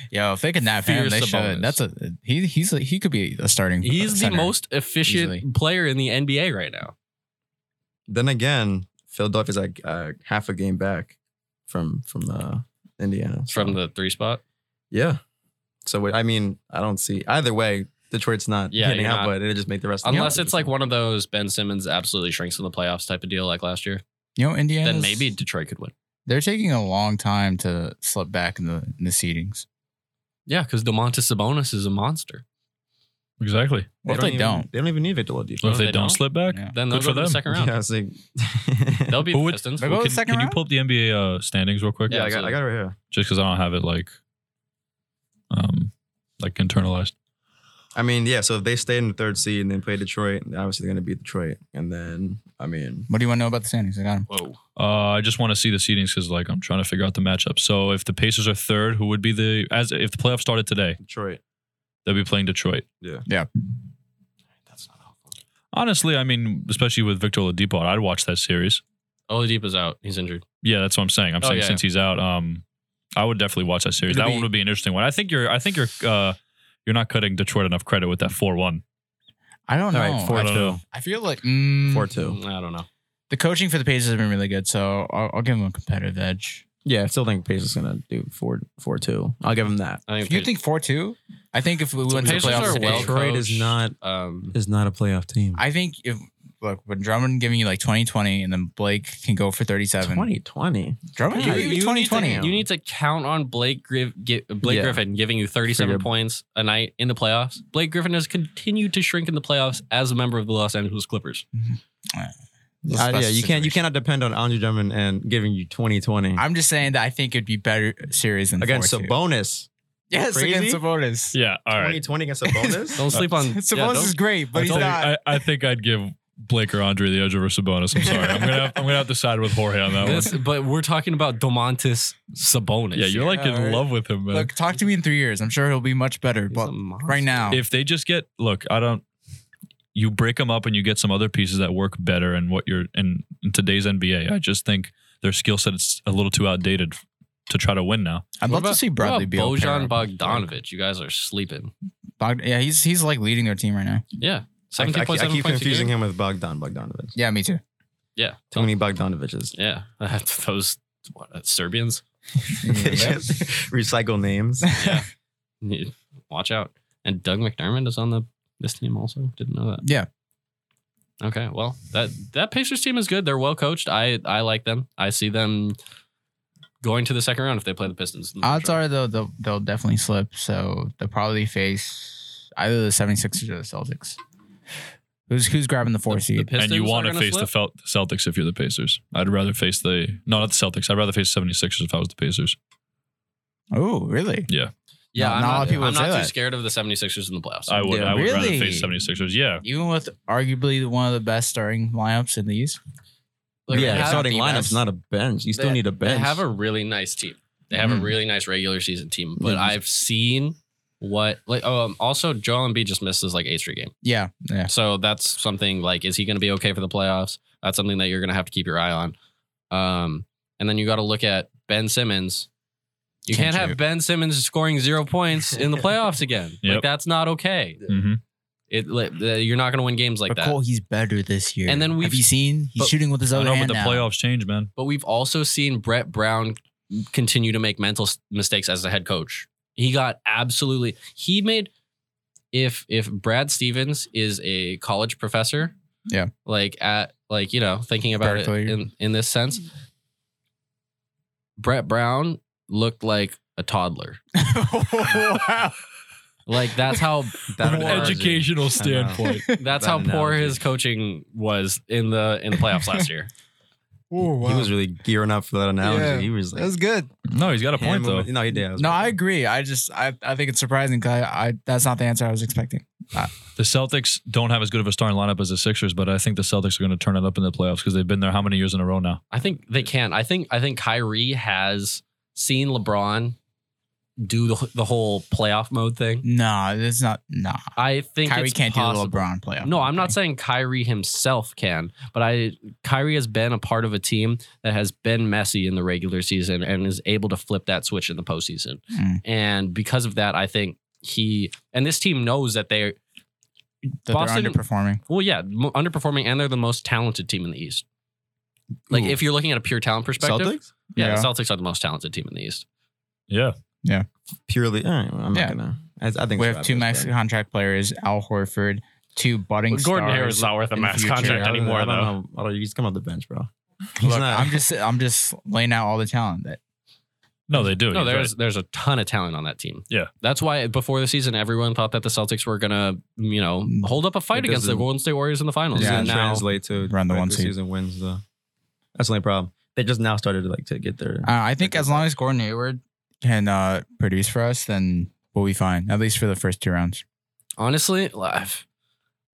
Speaker 3: Yo, if they could nab him,
Speaker 2: Fierce
Speaker 3: they
Speaker 2: Sabonis.
Speaker 3: should. That's a he. He's a, he could be a starting.
Speaker 2: He's the
Speaker 3: center.
Speaker 2: most efficient
Speaker 3: easily.
Speaker 2: player in the NBA right now.
Speaker 1: Then again, Philadelphia's like uh, half a game back from from uh, Indiana.
Speaker 2: From
Speaker 1: so-
Speaker 2: the three spot,
Speaker 1: yeah. So what- I mean, I don't see either way. Detroit's not
Speaker 2: Yeah,
Speaker 1: getting
Speaker 2: you're
Speaker 1: out,
Speaker 2: not-
Speaker 1: but it just make the rest. of the
Speaker 2: unless
Speaker 1: playoffs
Speaker 2: it's like one of those Ben Simmons absolutely shrinks in the playoffs type of deal like last year,
Speaker 3: You know, Indiana.
Speaker 2: then maybe Detroit could win.
Speaker 3: they're taking a long time to slip back in the in the seedings.
Speaker 2: Yeah, because Domantas Sabonis is a monster.
Speaker 4: Exactly.
Speaker 3: What if they
Speaker 1: even-
Speaker 3: don't?
Speaker 1: They don't even need Victor Oladipo.
Speaker 4: So if
Speaker 2: if
Speaker 4: they,
Speaker 2: they
Speaker 4: don't,
Speaker 2: don't?
Speaker 4: slip back,
Speaker 3: Yeah.
Speaker 2: Then they'll
Speaker 4: Good
Speaker 2: go
Speaker 4: for
Speaker 2: to the
Speaker 4: them.
Speaker 2: second round.
Speaker 1: Yeah, it's like
Speaker 2: They'll be
Speaker 4: Who
Speaker 2: the
Speaker 4: would-
Speaker 2: Pistons.
Speaker 3: Maybe- Go
Speaker 4: can,
Speaker 3: to second
Speaker 4: can you
Speaker 3: round?
Speaker 4: pull up the NBA uh, standings real quick?
Speaker 1: yeah, I
Speaker 2: Yeah,
Speaker 1: got, I got it right here.
Speaker 4: Just because I don't have it like, um, like internalized.
Speaker 1: I mean, yeah. So if they stay in the third seed and then play Detroit, obviously they're going to beat Detroit. And then, I mean,
Speaker 3: What do you want to know about the standings? I got 'em.
Speaker 2: Whoa.
Speaker 4: Uh, I just want to see the seedings because like I'm trying to figure out the matchup. So if the Pacers are third, who would be the as if the playoffs started today,
Speaker 1: Detroit.
Speaker 4: they'll be playing Detroit.
Speaker 2: That's not helpful.
Speaker 4: Honestly, I mean, especially with Victor Oladipo, I'd watch that series.
Speaker 2: Oladipo's out. He's injured.
Speaker 4: Yeah, that's what I'm saying. I'm
Speaker 2: Oh,
Speaker 4: saying
Speaker 2: yeah.
Speaker 4: since he's out, um, I would definitely watch that series.
Speaker 3: It'll
Speaker 4: that
Speaker 3: be-
Speaker 4: one would be an interesting one. I think you're, I think you're, uh, you're not cutting Detroit enough credit with that four one.
Speaker 3: I don't know.
Speaker 1: four
Speaker 4: I don't
Speaker 1: two,
Speaker 4: know.
Speaker 3: I feel like mm,
Speaker 1: four two.
Speaker 2: Mm, I don't know.
Speaker 3: the coaching for the Pacers has been really good, so I'll, I'll give them a competitive edge.
Speaker 1: Yeah, I still think Pacers going to do four four two. I'll give them that.
Speaker 2: I
Speaker 3: If
Speaker 2: think
Speaker 3: you think four two, I think if we went to the
Speaker 2: Pacers
Speaker 3: playoffs,
Speaker 2: are
Speaker 3: today-
Speaker 2: well
Speaker 1: Detroit is
Speaker 2: coached.
Speaker 1: not
Speaker 2: um,
Speaker 1: is not a playoff team.
Speaker 3: I think if look when Drummond giving you like twenty twenty, and then Blake can go for thirty seven.
Speaker 1: Twenty twenty.
Speaker 3: Drummond
Speaker 1: Yeah,
Speaker 3: can give
Speaker 1: you need
Speaker 3: you
Speaker 1: to-
Speaker 3: twenty twenty.
Speaker 1: Damn.
Speaker 2: you need to count on Blake Griff, get, Blake
Speaker 1: Yeah.
Speaker 2: Griffin giving you 37
Speaker 1: your-
Speaker 2: points a night in the playoffs. Blake Griffin has continued to shrink in the playoffs as a member of the Los Angeles Clippers.
Speaker 1: Uh, yeah, you can't you cannot depend on Andre Drummond and giving you twenty twenty
Speaker 3: I'm just saying that I think it'd be better series than
Speaker 1: against
Speaker 3: 4-2.
Speaker 1: Sabonis.
Speaker 3: Yes,
Speaker 1: Crazy?
Speaker 3: against Sabonis.
Speaker 4: Yeah, all
Speaker 1: Twenty
Speaker 4: right.
Speaker 1: twenty against Sabonis.
Speaker 2: Don't sleep on. yeah,
Speaker 3: Sabonis
Speaker 2: don't-
Speaker 3: is great, but
Speaker 4: I,
Speaker 3: he's
Speaker 4: think,
Speaker 3: not.
Speaker 4: I, I think I'd give Blake or Andre the edge over Sabonis. I'm sorry. I'm gonna, have, I'm gonna have to side with Jorge on that one.
Speaker 2: this- but we're talking about Domantas Sabonis.
Speaker 4: Yeah, you're like in
Speaker 3: Oh, Yeah, right.
Speaker 4: love with him, man.
Speaker 3: Look, talk to me in three years. I'm sure he'll be much better.
Speaker 2: He's
Speaker 3: But
Speaker 2: a monster.
Speaker 3: right now,
Speaker 4: if they just get look, I don't. You break them up and you get some other pieces that work better. And what you're in, in today's NBA, I just think their skill set is a little too outdated f- to try to win now.
Speaker 3: I'd
Speaker 2: What
Speaker 3: love to
Speaker 2: about-
Speaker 3: see
Speaker 2: what about
Speaker 3: Bradley Beal.
Speaker 2: Bojan
Speaker 3: pair up.
Speaker 2: Bogdanovic. You guys are sleeping.
Speaker 3: Bog- yeah, he's he's like leading their team right now.
Speaker 2: Yeah.
Speaker 1: I, I,
Speaker 2: 17.7
Speaker 1: I
Speaker 2: points
Speaker 1: keep
Speaker 2: a game. Oh.
Speaker 1: confusing him with Bogdan Bogdanovic.
Speaker 3: Yeah, me too.
Speaker 2: Yeah.
Speaker 1: Too many Bogdanoviches.
Speaker 2: Yeah. Those what, uh, Serbians.
Speaker 1: Just Recycle names.
Speaker 2: Yeah. Need- Watch out. And Doug McDermott is on the this team also. Didn't know that.
Speaker 3: Yeah.
Speaker 2: Okay. Well, that that Pacers team is good. They're well coached. I I like them. I see them going to the second round if they play the Pistons. in the
Speaker 3: Odds
Speaker 2: first round.
Speaker 3: are though they'll, they'll definitely slip, so they'll probably face either the 76ers or the Celtics. Who's who's grabbing the four
Speaker 2: The- the
Speaker 3: seed?
Speaker 2: Pistons
Speaker 4: and you
Speaker 2: are
Speaker 4: want to
Speaker 2: gonna
Speaker 4: face
Speaker 2: slip?
Speaker 4: the Fel- Celtics if you're the Pacers. I'd rather face the no, not the Celtics. I'd rather face 76ers if I was the Pacers.
Speaker 3: oh, really?
Speaker 2: Yeah,
Speaker 3: No,
Speaker 2: I'm
Speaker 3: not a
Speaker 2: not,
Speaker 3: lot of people
Speaker 2: I'm not
Speaker 3: would say
Speaker 2: too
Speaker 3: that.
Speaker 2: scared of the 76ers in the playoffs.
Speaker 4: I would.
Speaker 1: Yeah,
Speaker 4: I would rather
Speaker 3: really?
Speaker 4: face 76ers. Yeah.
Speaker 3: Even with arguably one of the best starting lineups in the East.
Speaker 2: Like,
Speaker 1: yeah,
Speaker 2: they have-
Speaker 1: starting
Speaker 3: be
Speaker 1: lineup's
Speaker 3: best.
Speaker 1: not a bench. You still
Speaker 2: They-
Speaker 1: need a
Speaker 2: They
Speaker 1: bench.
Speaker 2: have a really nice team. They have a
Speaker 3: Mhm.
Speaker 2: really nice regular season team. But
Speaker 1: Mhm.
Speaker 3: Mm-hmm.
Speaker 2: I've seen what like um also Joel Embiid just missed his like eight straight game.
Speaker 3: Yeah, yeah.
Speaker 2: So that's something like, is he going to be okay for the playoffs? That's something that you're going to have to keep your eye on. Um, and then you got to look at Ben Simmons. You
Speaker 3: Can't
Speaker 2: can't,
Speaker 3: shoot.
Speaker 2: have Ben Simmons scoring zero points in the playoffs again.
Speaker 4: Yep.
Speaker 2: Like that's not okay.
Speaker 4: Mm-hmm.
Speaker 2: It like, the- you're not going to win games like
Speaker 3: but
Speaker 2: that.
Speaker 3: Cole, he's better this year.
Speaker 2: And then we've-
Speaker 3: have you seen he's
Speaker 2: but-
Speaker 3: shooting with his
Speaker 4: I
Speaker 3: other
Speaker 4: know, but
Speaker 3: hand
Speaker 4: the
Speaker 3: now.
Speaker 4: playoffs change, man.
Speaker 2: But we've also seen Brett Brown continue to make mental s- mistakes as a head coach. He got absolutely he made if if Brad Stevens is a college professor,
Speaker 3: Yeah.
Speaker 2: like at like you know thinking about
Speaker 3: Berkeley.
Speaker 2: it in in this sense, Brett Brown looked like a toddler.
Speaker 3: wow.
Speaker 2: Like that's how
Speaker 1: That
Speaker 4: From an
Speaker 1: analogy.
Speaker 4: educational standpoint.
Speaker 2: that's
Speaker 1: That
Speaker 2: how poor
Speaker 1: analogy.
Speaker 2: his coaching was in the in the playoffs last year.
Speaker 1: I know. He was really gearing up for that analogy.
Speaker 3: Oh, Yeah.
Speaker 1: He was like,
Speaker 3: That's good.
Speaker 4: No, he's got a point though.
Speaker 1: hammering- No, he did. was
Speaker 3: No,
Speaker 1: right.
Speaker 3: I agree. I just I, I think it's surprising because I, I that's not the answer I was expecting.
Speaker 4: The Celtics don't have as good of a starting lineup as the Sixers, but I think the Celtics are going to turn it up in the playoffs because they've been there how many years in a row now?
Speaker 2: I think they can. I think I think Kyrie has seen LeBron do the, the whole playoff mode thing.
Speaker 3: No, it's not. Nah,
Speaker 2: I think
Speaker 3: Kyrie
Speaker 2: it's
Speaker 3: can't
Speaker 2: possible.
Speaker 3: do the LeBron playoff.
Speaker 2: No, I'm not saying Kyrie himself can, but I Kyrie has been a part of a team that has been messy in the regular season and is able to flip that switch in the postseason.
Speaker 3: Mm.
Speaker 2: And because of that, I think he and this team knows that they're
Speaker 3: that
Speaker 2: Boston-
Speaker 3: they're underperforming.
Speaker 2: well, yeah, m- underperforming, and they're the most talented team in the East. Like
Speaker 1: Ooh.
Speaker 2: if you're looking at a pure talent perspective,
Speaker 1: Celtics?
Speaker 2: yeah,
Speaker 3: Yeah.
Speaker 2: the Celtics are the most talented team in the East.
Speaker 4: Yeah.
Speaker 1: Purely. All right, well, I'm
Speaker 3: Yeah.
Speaker 1: not going to. I, I think
Speaker 3: We
Speaker 1: it's
Speaker 3: have two
Speaker 1: Raptors,
Speaker 3: max
Speaker 1: but-
Speaker 3: contract players, Al Horford, two budding
Speaker 2: Gordon
Speaker 3: stars.
Speaker 2: Hayward's not worth a
Speaker 3: in
Speaker 2: max
Speaker 3: future.
Speaker 2: contract
Speaker 1: I don't-
Speaker 2: anymore,
Speaker 1: I don't
Speaker 2: though.
Speaker 1: know. I don't- He's come off the bench, bro. He's
Speaker 3: Look,
Speaker 1: not-
Speaker 3: I'm just I'm just laying out all the talent that
Speaker 4: No, they do.
Speaker 2: No,
Speaker 4: He's
Speaker 2: there's
Speaker 4: right.
Speaker 2: there's a ton of talent on that team.
Speaker 4: Yeah.
Speaker 2: that's why before the season, everyone thought that the Celtics were gonna, you know, hold up a fight
Speaker 1: It
Speaker 2: against the
Speaker 1: doesn't-
Speaker 2: Golden State Warriors in the finals.
Speaker 1: It's
Speaker 3: Mm, Yeah,
Speaker 1: going
Speaker 2: and
Speaker 1: to
Speaker 2: now,
Speaker 1: translate to
Speaker 3: Run the one
Speaker 1: regular
Speaker 3: seed.
Speaker 1: season wins, though. That's the only problem. They just now started to like to get their.
Speaker 3: Uh, I think as long as Gordon Hayward can uh, produce for us, then we'll be fine, at least for the first two rounds.
Speaker 2: honestly, life.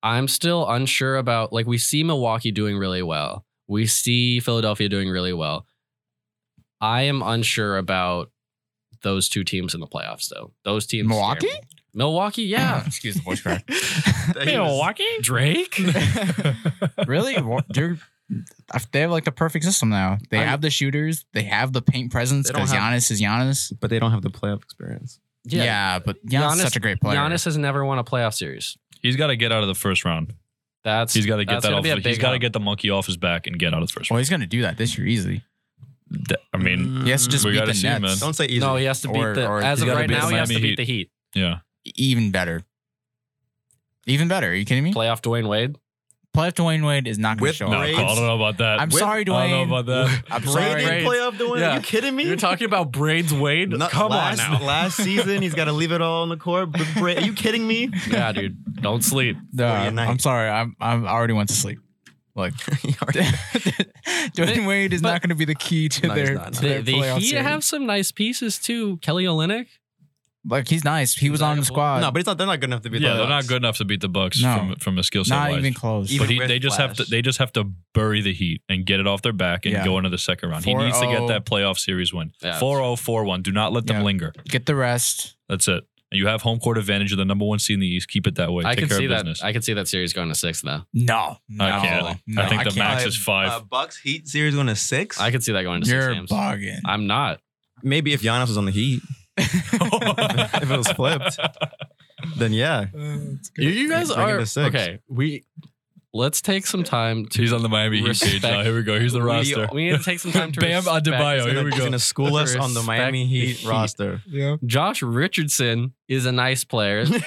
Speaker 2: I'm still unsure about like we see Milwaukee doing really well. We see Philadelphia doing really well. I am unsure about those two teams in the playoffs though. Those teams scare
Speaker 3: Milwaukee?
Speaker 2: me. Milwaukee, yeah.
Speaker 3: Excuse the voice crack.
Speaker 2: Drake?
Speaker 3: really? Wa- They're, they have like the perfect system now. They
Speaker 2: I-
Speaker 3: have the shooters, they have the paint presence
Speaker 1: They don't
Speaker 3: because
Speaker 1: have-
Speaker 3: Giannis is Giannis.
Speaker 1: but they don't have the playoff experience.
Speaker 3: Yeah, but Giannis, is
Speaker 2: Giannis-
Speaker 3: such a great player.
Speaker 2: Giannis has never won a playoff series.
Speaker 4: He's got to get out of the first round.
Speaker 2: That's
Speaker 4: He's got to get
Speaker 2: that's
Speaker 4: that
Speaker 2: gonna
Speaker 4: off.
Speaker 2: be a
Speaker 4: He's
Speaker 2: big
Speaker 4: got to
Speaker 2: help.
Speaker 4: get the monkey off his back and get out of the first
Speaker 3: well,
Speaker 4: round.
Speaker 3: he's going to do that this year easily.
Speaker 4: Th- I
Speaker 2: Mm.
Speaker 4: mean,
Speaker 3: Yes, just
Speaker 4: We
Speaker 3: beat
Speaker 4: gotta
Speaker 3: the
Speaker 4: see,
Speaker 3: Nets.
Speaker 4: man.
Speaker 1: don't say easy.
Speaker 2: No, he has to beat
Speaker 3: Or-
Speaker 2: the
Speaker 3: or
Speaker 2: as
Speaker 4: he's
Speaker 2: of
Speaker 4: gotta
Speaker 2: right
Speaker 4: beat
Speaker 2: now,
Speaker 4: the
Speaker 2: he has to
Speaker 4: Miami
Speaker 2: beat the Heat.
Speaker 4: yeah.
Speaker 3: Even better. Even better. Are you kidding me?
Speaker 2: Playoff Dwayne Wade.
Speaker 3: Playoff Dwayne Wade is not going
Speaker 1: With
Speaker 3: to show
Speaker 4: No,
Speaker 3: up.
Speaker 1: Braves-
Speaker 4: I don't know about that.
Speaker 3: I'm
Speaker 1: With-
Speaker 3: sorry,
Speaker 4: I don't
Speaker 3: Dwayne.
Speaker 4: know about that.
Speaker 3: I'm
Speaker 1: Brady
Speaker 3: sorry.
Speaker 1: playoff the win. Are
Speaker 2: Yeah.
Speaker 1: you kidding me?
Speaker 2: You're talking about braids Wade?
Speaker 1: Not-
Speaker 2: Come
Speaker 1: last,
Speaker 2: on now.
Speaker 1: last season, he's got to leave it all on the court. But Bra- are you kidding me?
Speaker 2: yeah, dude. Don't sleep.
Speaker 3: No,
Speaker 1: Or your night.
Speaker 3: I'm sorry. I'm, I'm I already went to sleep. Like
Speaker 1: He already-
Speaker 3: Dwayne
Speaker 2: But-
Speaker 3: Wade is not
Speaker 2: but-
Speaker 3: going to be the key to
Speaker 1: No, he's
Speaker 3: their,
Speaker 1: not,
Speaker 3: to
Speaker 1: no.
Speaker 2: The,
Speaker 3: their
Speaker 2: the
Speaker 3: playoff
Speaker 2: Heat
Speaker 3: series.
Speaker 2: have some nice pieces too. Kelly Olynyk.
Speaker 3: like he's nice. He was
Speaker 2: He's
Speaker 3: on the
Speaker 2: valuable.
Speaker 3: squad.
Speaker 1: no, but it's not. They're not good enough to be.
Speaker 4: Yeah,
Speaker 1: the
Speaker 4: they're not
Speaker 1: Bucks.
Speaker 4: good enough to beat the Bucks
Speaker 3: No.
Speaker 4: from from a skill set
Speaker 3: not
Speaker 4: wise.
Speaker 3: even close.
Speaker 1: Even
Speaker 4: but he,
Speaker 1: with
Speaker 4: they just have to
Speaker 1: Flash.
Speaker 4: they just have to bury the heat and get it off their back and
Speaker 3: Yeah.
Speaker 4: go into the second round. He needs to get
Speaker 3: 4-0.
Speaker 4: that playoff series win.
Speaker 2: Yeah.
Speaker 4: 4-0, 4-1. Do not let them
Speaker 3: Yeah.
Speaker 4: linger.
Speaker 3: Get the rest.
Speaker 4: That's it. And you have home court advantage of the number one seed in the East. Keep it that way.
Speaker 2: I
Speaker 4: Take
Speaker 2: can
Speaker 4: care
Speaker 2: see
Speaker 4: of
Speaker 2: that.
Speaker 4: business.
Speaker 2: I can see that series going to six though.
Speaker 3: No, no,
Speaker 4: I can't.
Speaker 3: no,
Speaker 4: I think the max
Speaker 3: can't.
Speaker 4: is five.
Speaker 1: Uh, Bucks Heat series going to six.
Speaker 2: I can see that going to
Speaker 3: You're
Speaker 2: six games.
Speaker 3: bugging.
Speaker 2: I'm not.
Speaker 1: Maybe if Giannis was on the Heat, if it was flipped, then yeah.
Speaker 2: You, you guys
Speaker 1: Bring it
Speaker 2: are
Speaker 1: to six.
Speaker 2: okay. We let's take some time to.
Speaker 4: He's on the Miami Heat
Speaker 2: Respect.
Speaker 4: page now. Here we go. Here's the
Speaker 2: we,
Speaker 4: roster.
Speaker 2: We need to take some time to.
Speaker 4: Bam
Speaker 2: respect-
Speaker 4: Adebayo.
Speaker 1: He's
Speaker 4: here
Speaker 1: gonna-
Speaker 4: we
Speaker 1: he's
Speaker 4: go.
Speaker 1: going to school us on the
Speaker 2: Respect
Speaker 1: Miami
Speaker 2: the
Speaker 1: Heat,
Speaker 2: Heat.
Speaker 1: roster.
Speaker 3: yeah.
Speaker 2: Josh Richardson is a nice player,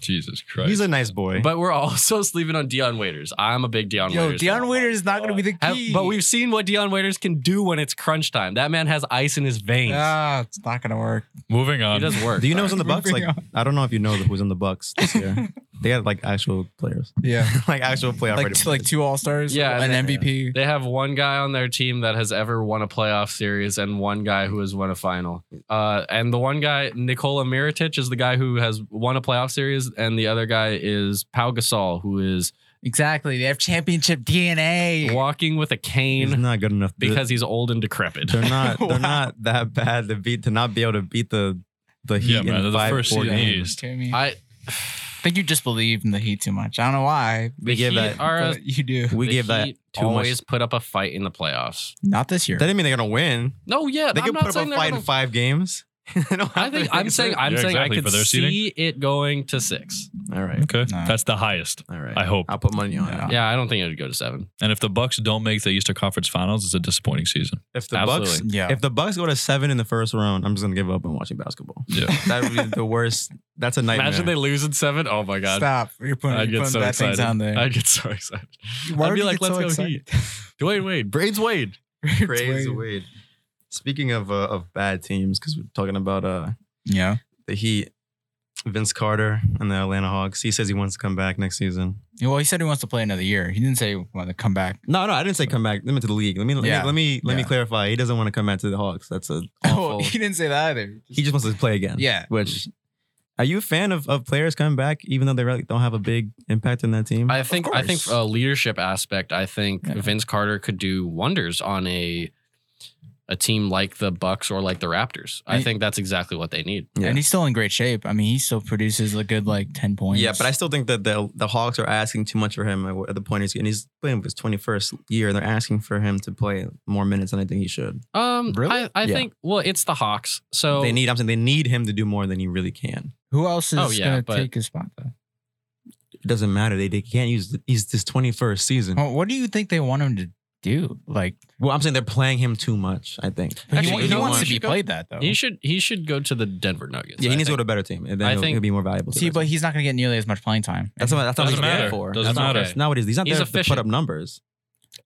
Speaker 4: Jesus Christ.
Speaker 1: he's a nice boy.
Speaker 2: but we're also sleeping on Dion Waiters. I'm a big Dion
Speaker 3: Yo,
Speaker 2: Waiters.
Speaker 3: Deion
Speaker 2: fan.
Speaker 3: Waiters is not going to be the
Speaker 2: Have-
Speaker 3: key.
Speaker 2: but we've seen what Dion Waiters can do when it's crunch time. That man has ice in his veins.
Speaker 3: ah, it's not going to work.
Speaker 4: Moving
Speaker 2: he
Speaker 4: on.
Speaker 2: does work.
Speaker 1: Do you know who's on the
Speaker 3: Moving
Speaker 1: Bucks? Like,
Speaker 3: on.
Speaker 1: I don't know if you know who's on the Bucks this year. they had like actual players,
Speaker 3: Yeah,
Speaker 1: like actual playoff.
Speaker 3: like
Speaker 1: ready
Speaker 3: t- like
Speaker 1: players.
Speaker 3: two All Stars.
Speaker 2: Yeah,
Speaker 3: an
Speaker 2: and
Speaker 1: then-
Speaker 3: MVP.
Speaker 2: They have one guy on their team that has ever won a playoff series and one guy who has won a final. Uh, and the one guy, Nikola Mirotic, is the guy who has won a playoff series, and the other guy is Pau Gasol, who is
Speaker 3: Exactly. They have championship DNA.
Speaker 2: walking with a
Speaker 1: He's
Speaker 2: cane
Speaker 1: not good enough to-
Speaker 2: because he's old and decrepit.
Speaker 1: They're not. They're
Speaker 3: Wow.
Speaker 1: not that bad to beat to not be able to beat the the Heat
Speaker 4: Yeah, man,
Speaker 1: in
Speaker 4: they're the
Speaker 1: five
Speaker 4: first
Speaker 1: four
Speaker 4: seed in the
Speaker 1: games.
Speaker 4: East.
Speaker 3: Kidding me? I
Speaker 2: I
Speaker 3: think you just believe in the Heat too much. I don't know why.
Speaker 1: We give
Speaker 2: Heat
Speaker 1: that.
Speaker 2: Are,
Speaker 3: but you do.
Speaker 1: We
Speaker 2: the
Speaker 1: give that
Speaker 2: Heat
Speaker 1: too much.
Speaker 2: always put up a fight in the playoffs.
Speaker 3: Not this year.
Speaker 1: That didn't mean they're gonna win.
Speaker 2: No, yeah,
Speaker 1: They
Speaker 2: I'm
Speaker 1: could
Speaker 2: not
Speaker 1: put up
Speaker 2: saying
Speaker 1: a
Speaker 2: they're
Speaker 1: fight
Speaker 2: gonna-
Speaker 1: in five games.
Speaker 2: I think I'm saying I'm saying
Speaker 4: Yeah, exactly,
Speaker 2: I could
Speaker 4: for their seating.
Speaker 2: see it going to six.
Speaker 1: All right.
Speaker 4: Okay.
Speaker 3: No.
Speaker 4: That's the highest.
Speaker 1: All right.
Speaker 4: I hope.
Speaker 1: I'll put money on it.
Speaker 3: Yeah.
Speaker 2: Yeah, I don't think it would go to seven.
Speaker 4: And if the Bucks don't make the Eastern Conference Finals, it's a disappointing season.
Speaker 1: If the
Speaker 2: Absolutely.
Speaker 1: Bucks,
Speaker 3: yeah.
Speaker 1: if the Bucks go to seven in the first round, I'm just gonna give up on watching basketball.
Speaker 4: Yeah.
Speaker 1: That would be the worst. That's a nightmare.
Speaker 2: Imagine they lose in seven. Oh my god.
Speaker 3: Stop. You're putting,
Speaker 2: I'd
Speaker 3: you're
Speaker 2: get
Speaker 3: putting
Speaker 2: so
Speaker 3: bad things
Speaker 2: excited.
Speaker 3: on there.
Speaker 2: I'd get so excited.
Speaker 3: Why
Speaker 2: I'd
Speaker 3: would
Speaker 2: be
Speaker 3: you
Speaker 2: like,
Speaker 3: get
Speaker 2: let's
Speaker 3: so
Speaker 2: go Heat. Dwayne Wade, Braids Wade.
Speaker 3: excited?
Speaker 1: praise Wade. Speaking of uh, of bad teams, because we're talking about uh
Speaker 3: Yeah.
Speaker 1: the Heat. Vince Carter and the Atlanta Hawks. He says he wants to come back next season.
Speaker 3: Well, he said he wants to play another year. He didn't say he wanted to come back.
Speaker 1: No, no, I didn't say come back. Let me to the league. Let me
Speaker 3: Yeah.
Speaker 1: let me let me
Speaker 3: Yeah.
Speaker 1: clarify. He doesn't want to come back to the Hawks. That's a
Speaker 3: Oh,
Speaker 1: awful.
Speaker 3: he didn't say that either.
Speaker 1: he just wants to play again.
Speaker 3: Yeah.
Speaker 1: Which are you a fan of, of players coming back even though they really don't have a big impact on that team?
Speaker 2: I think I think
Speaker 1: course.
Speaker 2: a leadership aspect. I think
Speaker 3: Yeah.
Speaker 2: Vince Carter could do wonders on a a team like the Bucks or like the Raptors. I
Speaker 3: And-
Speaker 2: think that's exactly what they need.
Speaker 1: Yeah.
Speaker 3: And he's still in great shape. I mean, he still produces a good like ten points.
Speaker 1: Yeah, but I still think that the the Hawks are asking too much for him at the point he's getting. He's playing his twenty first year, and they're asking for him to play more minutes than I think he should.
Speaker 2: Um,
Speaker 1: Really?
Speaker 2: I, I
Speaker 1: Yeah.
Speaker 2: think well, it's the Hawks. So
Speaker 1: they need. I'm saying they need him to do more than he really can.
Speaker 3: who else is
Speaker 2: Oh, yeah,
Speaker 3: gonna
Speaker 2: but-
Speaker 3: take his spot though?
Speaker 1: It doesn't matter. They they can't use. The, he's this twenty first season.
Speaker 3: Well, what do you think they want him to do? Like,
Speaker 1: Well, I'm saying they're playing him too much. I think.
Speaker 3: but
Speaker 2: Actually,
Speaker 3: he, wa-
Speaker 2: you
Speaker 3: he
Speaker 2: know
Speaker 3: wants
Speaker 2: what?
Speaker 3: to be
Speaker 2: You go-
Speaker 3: played that though.
Speaker 2: he should he should go to the Denver Nuggets.
Speaker 1: Yeah, he
Speaker 2: I
Speaker 1: needs to
Speaker 2: think.
Speaker 1: go to a better team, and then
Speaker 2: I
Speaker 1: he'll,
Speaker 2: think-
Speaker 1: he'll be more valuable. to
Speaker 3: See,
Speaker 1: the
Speaker 3: but
Speaker 1: team.
Speaker 3: he's not gonna get nearly as much playing time.
Speaker 1: that's not that's not what he's
Speaker 4: Doesn't
Speaker 1: there
Speaker 4: matter.
Speaker 1: for.
Speaker 4: Doesn't
Speaker 1: that's
Speaker 4: matter.
Speaker 1: Not, that's not what he's. He's not
Speaker 2: He's
Speaker 1: there to
Speaker 2: efficient.
Speaker 1: put up numbers.